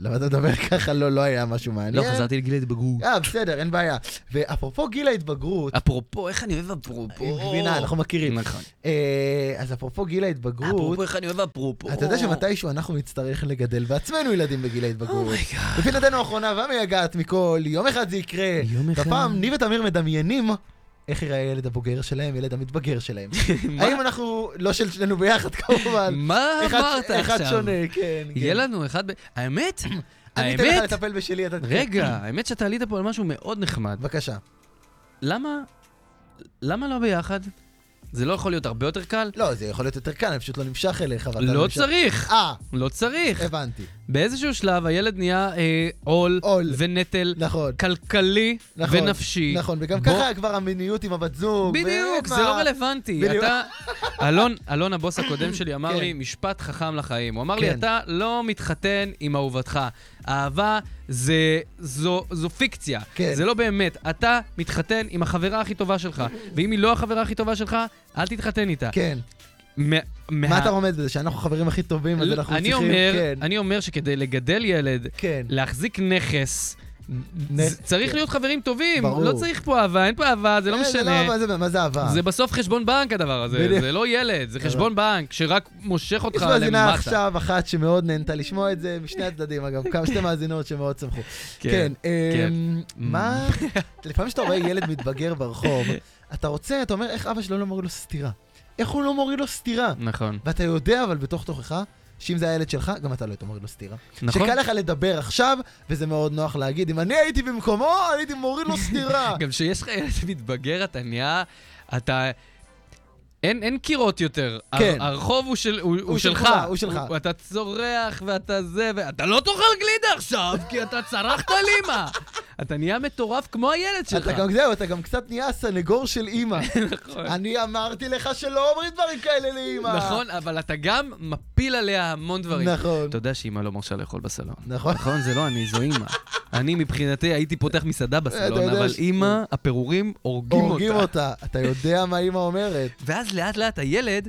Speaker 3: למה אתה מדבר ככה? לא, לא היה משהו מעניין.
Speaker 4: לא, חזרתי לגיל ההתבגרות.
Speaker 3: אה, בסדר, אין בעיה. ואפרופו גיל ההתבגרות,
Speaker 2: אפרופו, איך אני אוהב אפרופו.
Speaker 3: אני מבינה, אנחנו מכירים.
Speaker 2: נכון.
Speaker 3: אה, אז אפרופו גיל ההתבגרות,
Speaker 2: אפרופו, איך אני אוהב אפרופו.
Speaker 3: אתה יודע שמתישהו אנחנו נצטרך לגדל בעצמנו ילדים בגיל
Speaker 2: Oh
Speaker 3: ההתבגרות.
Speaker 2: אומייגאד.
Speaker 3: בפינתנו האחרונה והמייגעת מכל, יום אחד זה יקרה.
Speaker 4: יום אחד.
Speaker 3: הפעם ניב ותמיר מדמיינים איך ייראה הילד הבוגר שלהם, ילד המתבגר שלהם. האם אנחנו, לא של שנינו ביחד כמובן.
Speaker 2: מה
Speaker 3: אחד-
Speaker 2: אמרת עכשיו?
Speaker 3: אחד שונה, כן.
Speaker 2: יהיה
Speaker 3: כן.
Speaker 2: לנו אחד ב... האמת?
Speaker 3: אני אתן לך
Speaker 2: האמת?
Speaker 3: לטפל בשלי, אתה...
Speaker 2: רגע, האמת שאתה עלית פה על משהו מאוד נחמד.
Speaker 3: בבקשה.
Speaker 2: למה... למה לא ביחד? זה לא יכול להיות הרבה יותר קל?
Speaker 3: לא, זה יכול להיות יותר קל, אני פשוט לא נמשך אליך. אבל אתה
Speaker 2: לא
Speaker 3: נמשך-
Speaker 2: צריך.
Speaker 3: אה,
Speaker 2: לא צריך.
Speaker 3: הבנתי.
Speaker 2: באיזשהו שלב הילד נהיה אה, עול
Speaker 3: עול.
Speaker 2: ונטל
Speaker 3: נכון.
Speaker 2: כלכלי
Speaker 3: נכון,
Speaker 2: ונפשי.
Speaker 3: נכון, וגם
Speaker 2: בוא-
Speaker 3: ככה כבר המיניות עם הבת זוג. ואין
Speaker 2: בדיוק, זה
Speaker 3: מה.
Speaker 2: לא רלוונטי.
Speaker 3: בדיוק.
Speaker 2: אתה... אלון, אלון הבוס הקודם שלי אמר
Speaker 3: כן.
Speaker 2: לי משפט חכם לחיים. הוא אמר לי,
Speaker 3: כן.
Speaker 2: אתה לא מתחתן עם אהובתך. אהבה זה, זו, זו פיקציה.
Speaker 3: כן.
Speaker 2: זה לא באמת. אתה מתחתן עם החברה הכי טובה שלך. ואם היא לא החברה הכי טובה שלך, אל תתחתן איתה.
Speaker 3: כן.
Speaker 2: מה-
Speaker 3: מה אתה רומז בזה? שאנחנו חברים הכי טובים, אז אנחנו
Speaker 2: אני
Speaker 3: צריכים...
Speaker 2: אומר,
Speaker 3: כן.
Speaker 2: אני אומר שכדי לגדל ילד,
Speaker 3: כן.
Speaker 2: להחזיק נכס,
Speaker 3: נ-
Speaker 2: זה- צריך
Speaker 3: כן.
Speaker 2: להיות חברים טובים.
Speaker 3: ברור.
Speaker 2: לא צריך פה אהבה, אין פה אהבה, זה לא
Speaker 3: אה,
Speaker 2: משנה.
Speaker 3: זה לא, מה זה- מה זה אהבה?
Speaker 2: זה בסוף חשבון בנק הדבר הזה,
Speaker 3: בדיוק. אה.
Speaker 2: זה לא ילד, זה חשבון בנק שרק מושך אותך
Speaker 3: יש
Speaker 2: למטה.
Speaker 3: מאזינה עכשיו אחת שמאוד נהנתה לשמוע את זה, משני הצדדים אגב, כמה שתי מאזינות שמאוד צמחו.
Speaker 2: כן,
Speaker 3: כן,
Speaker 2: כן.
Speaker 3: אמ, מה, לפעמים כשאתה רואה ילד מתבגר ברחוב, אתה רוצה, אתה אומר, איך אבא שלו לא מוריד לו סטירה? איך הוא לא מוריד לו סטירה?
Speaker 2: נכון,
Speaker 3: ואתה יודע, אבל בתוך תוכך, שאם זה הילד שלך, גם אתה לא היית מוריד לו סטירה.
Speaker 2: נכון.
Speaker 3: שקל לך לדבר עכשיו, וזה מאוד נוח להגיד, אם אני הייתי במקומו, הייתי מוריד לו סטירה.
Speaker 2: גם כשיש לך ילד מתבגר, אתה נהיה... אתה... אין, אין קירות יותר. הר-
Speaker 3: כן.
Speaker 2: הרחוב הוא, של, הוא, הוא
Speaker 3: שלך,
Speaker 2: שלך.
Speaker 3: הוא שלך.
Speaker 2: אתה צורח ואתה זה, ואתה לא תאכל גלידה עכשיו, כי אתה צרחת על אימא. אתה נהיה מטורף כמו הילד שלך.
Speaker 3: אתה גם, זהו, אתה גם קצת נהיה הסנגור של אימא.
Speaker 2: נכון.
Speaker 3: אני אמרתי לך שלא אומרים דברים כאלה לאימא.
Speaker 2: נכון, אבל אתה גם מפיל עליה המון דברים.
Speaker 3: נכון.
Speaker 2: אתה יודע שאימא לא מרשה לאכול בסלון.
Speaker 3: נכון.
Speaker 2: נכון, זה לא אני, זו אימא. אני מבחינתי הייתי פותח מסעדה
Speaker 3: אתה
Speaker 2: בסלון,
Speaker 3: יודע
Speaker 2: אבל
Speaker 3: ש-
Speaker 2: אימא, הפירורים
Speaker 3: הורגים
Speaker 2: הורגים אותה.
Speaker 3: אותה. אתה יודע מה אימא אומרת.
Speaker 2: ואז לאט לאט הילד...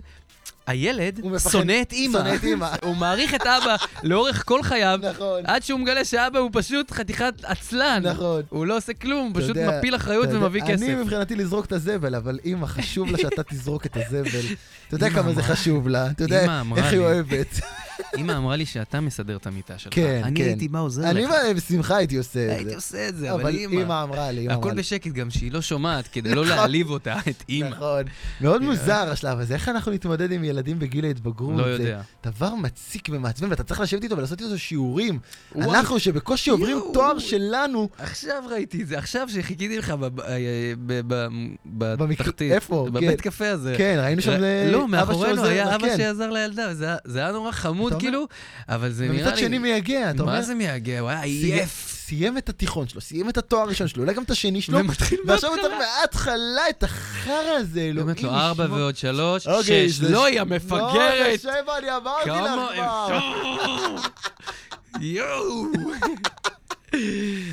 Speaker 2: הילד
Speaker 3: הוא מפחד-
Speaker 2: שונא את אימא.
Speaker 3: שונא את אימא.
Speaker 2: הוא מעריך את אבא לאורך כל חייו,
Speaker 3: נכון.
Speaker 2: עד שהוא מגלה שאבא הוא פשוט חתיכת עצלן.
Speaker 3: נכון.
Speaker 2: הוא לא עושה כלום, הוא
Speaker 3: אתה
Speaker 2: פשוט
Speaker 3: יודע-
Speaker 2: מפיל אחריות
Speaker 3: אתה יודע,
Speaker 2: ומביא כסף.
Speaker 3: אני מבחינתי לזרוק את הזבל, אבל אימא, חשוב לה שאתה תזרוק את הזבל. אתה יודע כמה זה חשוב לה, אתה יודע
Speaker 2: אימא אמרה
Speaker 3: איך היא
Speaker 2: לי.
Speaker 3: אוהבת.
Speaker 2: אימא אמרה לי שאתה מסדר את המיטה שלך.
Speaker 3: כן,
Speaker 2: אני
Speaker 3: כן.
Speaker 2: הייתי בא עוזר
Speaker 3: אני
Speaker 2: לך.
Speaker 3: מה- בשמחה הייתי עושה את
Speaker 2: הייתי
Speaker 3: זה.
Speaker 2: עושה את זה,
Speaker 3: אבל
Speaker 2: אבל אימא...
Speaker 3: אימא אמרה לי, אימא אמרה
Speaker 2: הכל
Speaker 3: לי.
Speaker 2: בשקט גם שהיא לא שומעת, כדי לא להעליב אותה, את אימא.
Speaker 3: נכון.
Speaker 2: כן.
Speaker 3: מאוד מוזר השלב הזה, איך אנחנו נתמודד עם ילדים בגיל ההתבגרות?
Speaker 2: לא יודע.
Speaker 3: זה דבר מציק ומעצבן, ואתה צריך לשבת איתו ולעשות איתו שיעורים.
Speaker 2: וואי.
Speaker 3: אנחנו שבקושי עוברים
Speaker 2: יואו.
Speaker 3: תואר שלנו,
Speaker 2: עכשיו ראיתי את זה, עכשיו שחיכיתי לך ב- ב- ב- ב-
Speaker 3: במק-
Speaker 2: בתחתית.
Speaker 3: איפה?
Speaker 2: בבית
Speaker 3: כן.
Speaker 2: קפה הזה.
Speaker 3: כן, ראינו שם אה,
Speaker 2: לא,
Speaker 3: אבא
Speaker 2: מאחורינו
Speaker 3: שעוזר
Speaker 2: היה
Speaker 3: לה,
Speaker 2: אבא
Speaker 3: כן.
Speaker 2: שעזר לילדה, וזה היה- זה היה נורא חמוד
Speaker 3: אומר?
Speaker 2: כאילו, אבל זה נראה לי...
Speaker 3: ומצד שני מייגע, אתה אומר...
Speaker 2: מה זה מייגע? הוא היה
Speaker 3: סיים-
Speaker 2: עייף.
Speaker 3: סיים את התיכון שלו, סיים את התואר הראשון שלו, אולי גם את השני שלו,
Speaker 2: ומתחיל
Speaker 3: ועכשיו הוא
Speaker 2: מההתחלה.
Speaker 3: צריך מההתחלה את החרא הזה, אלוהים.
Speaker 2: באמת לו ארבע
Speaker 3: ישמור.
Speaker 2: ועוד שלוש,
Speaker 3: לא, אוקיי,
Speaker 2: שש.
Speaker 3: זה-
Speaker 2: לא, היא
Speaker 3: לא, זה
Speaker 2: המפגרת.
Speaker 3: שבע, אני אמרתי לך
Speaker 2: כמה
Speaker 3: כבר.
Speaker 2: אפשר? יואו.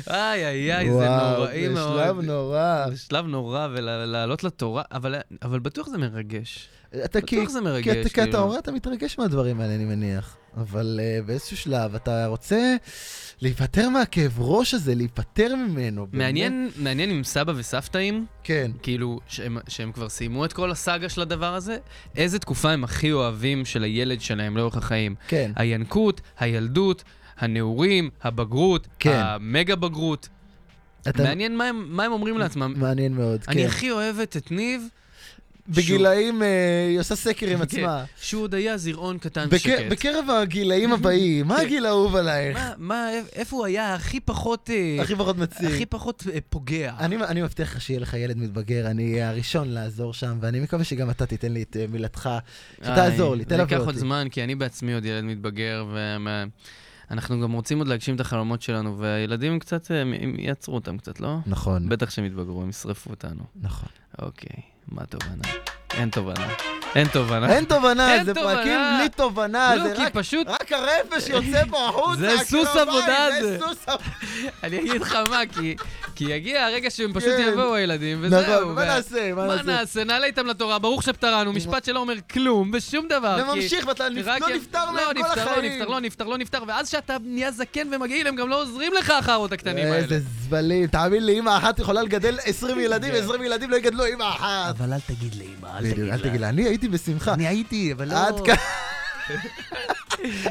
Speaker 2: איי, איי, איי, זה
Speaker 3: וואו,
Speaker 2: נוראי מאוד.
Speaker 3: זה שלב נורא.
Speaker 2: זה שלב נורא, ולעלות לתורה, אבל, אבל בטוח זה מרגש.
Speaker 3: אתה כי-
Speaker 2: בטוח זה מרגש.
Speaker 3: כי אתה- כי אתה
Speaker 2: כאילו.
Speaker 3: הורה, אתה מתרגש מהדברים האלה, אני מניח. אבל אה, באיזשהו שלב אתה רוצה להיפטר מהכאב ראש הזה, להיפטר ממנו. באמת.
Speaker 2: מעניין, מעניין אם סבא וסבתאים,
Speaker 3: כן.
Speaker 2: כאילו, שהם, שהם כבר סיימו את כל הסאגה של הדבר הזה, איזה תקופה הם הכי אוהבים של הילד שלהם לאורך החיים?
Speaker 3: כן.
Speaker 2: הינקות, הילדות, הנעורים, הבגרות,
Speaker 3: כן.
Speaker 2: המגה בגרות.
Speaker 3: אתה-
Speaker 2: מעניין מה הם, מה הם אומרים לעצמם.
Speaker 3: מעניין מאוד,
Speaker 2: אני
Speaker 3: כן.
Speaker 2: הכי אוהבת את ניב.
Speaker 3: בגילאים, אה, היא עושה סקר עם
Speaker 2: כן,
Speaker 3: עצמה.
Speaker 2: שהוא עוד היה זרעון קטן
Speaker 3: בק-
Speaker 2: שקט.
Speaker 3: בקרב הגילאים הבאים, מה
Speaker 2: כן.
Speaker 3: הגיל האהוב עלייך?
Speaker 2: מה, מה, איפה הוא היה הכי פחות, אה,
Speaker 3: הכי פחות מציג.
Speaker 2: הכי פחות אה, פוגע?
Speaker 3: אני, אני מבטיח לך שיהיה לך ילד מתבגר, אני אהיה הראשון לעזור שם, ואני מקווה שגם אתה תיתן לי את אה, מילתך, שתעזור לי,
Speaker 2: זה
Speaker 3: תלווה אותי.
Speaker 2: ייקח עוד זמן, כי אני בעצמי עוד ילד מתבגר, ואנחנו גם רוצים עוד להגשים את החלומות שלנו, והילדים קצת, אה, הם הם יעצרו אותם קצת, לא?
Speaker 3: נכון,
Speaker 2: בטח שהם יתבגרו, הם ישרפו אותנו.
Speaker 3: נכון.
Speaker 2: אוקיי, מה התובנה? אין תובנה. אין תובנה.
Speaker 3: אין תובנה,
Speaker 2: אין
Speaker 3: זה
Speaker 2: תובנה.
Speaker 3: פרקים בלי תובנה,
Speaker 2: לא,
Speaker 3: זה
Speaker 2: כי
Speaker 3: רק... אה.
Speaker 2: פשוט,
Speaker 3: רק הרפש יוצא פה החוצה,
Speaker 2: זה סוס
Speaker 3: הקרביים,
Speaker 2: עבודה
Speaker 3: זה
Speaker 2: הזה.
Speaker 3: סוס עבודה.
Speaker 2: אני אגיד לך מה, כי- כי יגיע הרגע שהם פשוט
Speaker 3: כן.
Speaker 2: יבואו הילדים, וזהו.
Speaker 3: נכון, מה
Speaker 2: וה-
Speaker 3: נעשה? מה
Speaker 2: מה
Speaker 3: נעשה?
Speaker 2: נעשה? נעלה איתם לתורה, ברוך שפטרנו, משפט שלא אומר כלום ושום דבר. כי-
Speaker 3: וממשיך, ואתה
Speaker 2: אה, אוקיי. רק
Speaker 3: לא
Speaker 2: הם-
Speaker 3: נפטר
Speaker 2: לא
Speaker 3: מהם כל
Speaker 2: נפטר,
Speaker 3: החיים.
Speaker 2: לא נפטר, לא נפטר, לא נפטר, ואז שאתה נהיה זקן ומגעיל, הם גם לא עוזרים לך החארות הקטנים האלה.
Speaker 3: איזה זבלים. תאמין לי, אמא אחת יכולה לגדל 20 ילדים, 20 ילדים לא יגדלו אמא אחת.
Speaker 6: אבל אל תגיד לאמא, אל
Speaker 3: בדיוק,
Speaker 6: תגיד
Speaker 3: אל תגיד
Speaker 6: לה.
Speaker 3: לה, אני הייתי בשמחה.
Speaker 6: אני הייתי, אבל לא...
Speaker 3: עד כאן.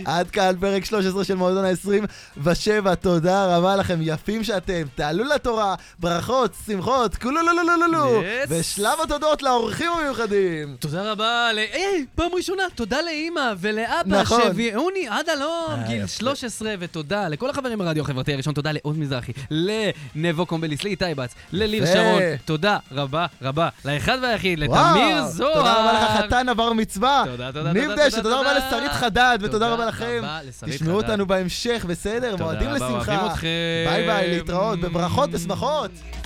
Speaker 3: עד כאן פרק 13 של מועדון ה-27, תודה רבה לכם, יפים שאתם, תעלו לתורה, ברכות, שמחות, כולו לא לא לא לא לא,
Speaker 2: Yes.
Speaker 3: ושלב התודות לאורחים המיוחדים.
Speaker 2: תודה רבה ל... היי, פעם ראשונה, תודה לאימא ולאבא
Speaker 3: נכון.
Speaker 2: שהביאוני עד הלום,
Speaker 3: אה,
Speaker 2: גיל
Speaker 3: יפה.
Speaker 2: 13, ותודה לכל החברים ברדיו החברתי הראשון, תודה לעוז מזרחי, לנבו קומבליס, לאיתי בץ, לליר
Speaker 3: יפה.
Speaker 2: שרון, תודה רבה רבה לאחד והיחיד, לתמיר
Speaker 3: וואו,
Speaker 2: זוהר.
Speaker 3: תודה רבה לך, חתן עבר מצווה.
Speaker 2: תודה, תודה,
Speaker 3: ניב
Speaker 2: תודה,
Speaker 3: דשא,
Speaker 2: תודה,
Speaker 3: תודה רבה
Speaker 2: תודה.
Speaker 3: לשרית חדד, ותודה
Speaker 2: תודה
Speaker 3: רבה לכם.
Speaker 2: רבה לשרית
Speaker 3: תשמעו
Speaker 2: חדד.
Speaker 3: אותנו בהמשך, בסדר?
Speaker 2: תודה
Speaker 3: מועדים
Speaker 2: רבה, אוהבים
Speaker 3: לשמחה.
Speaker 2: אתכם.
Speaker 3: ביי ביי, להתראות, בברכות, בשמחות.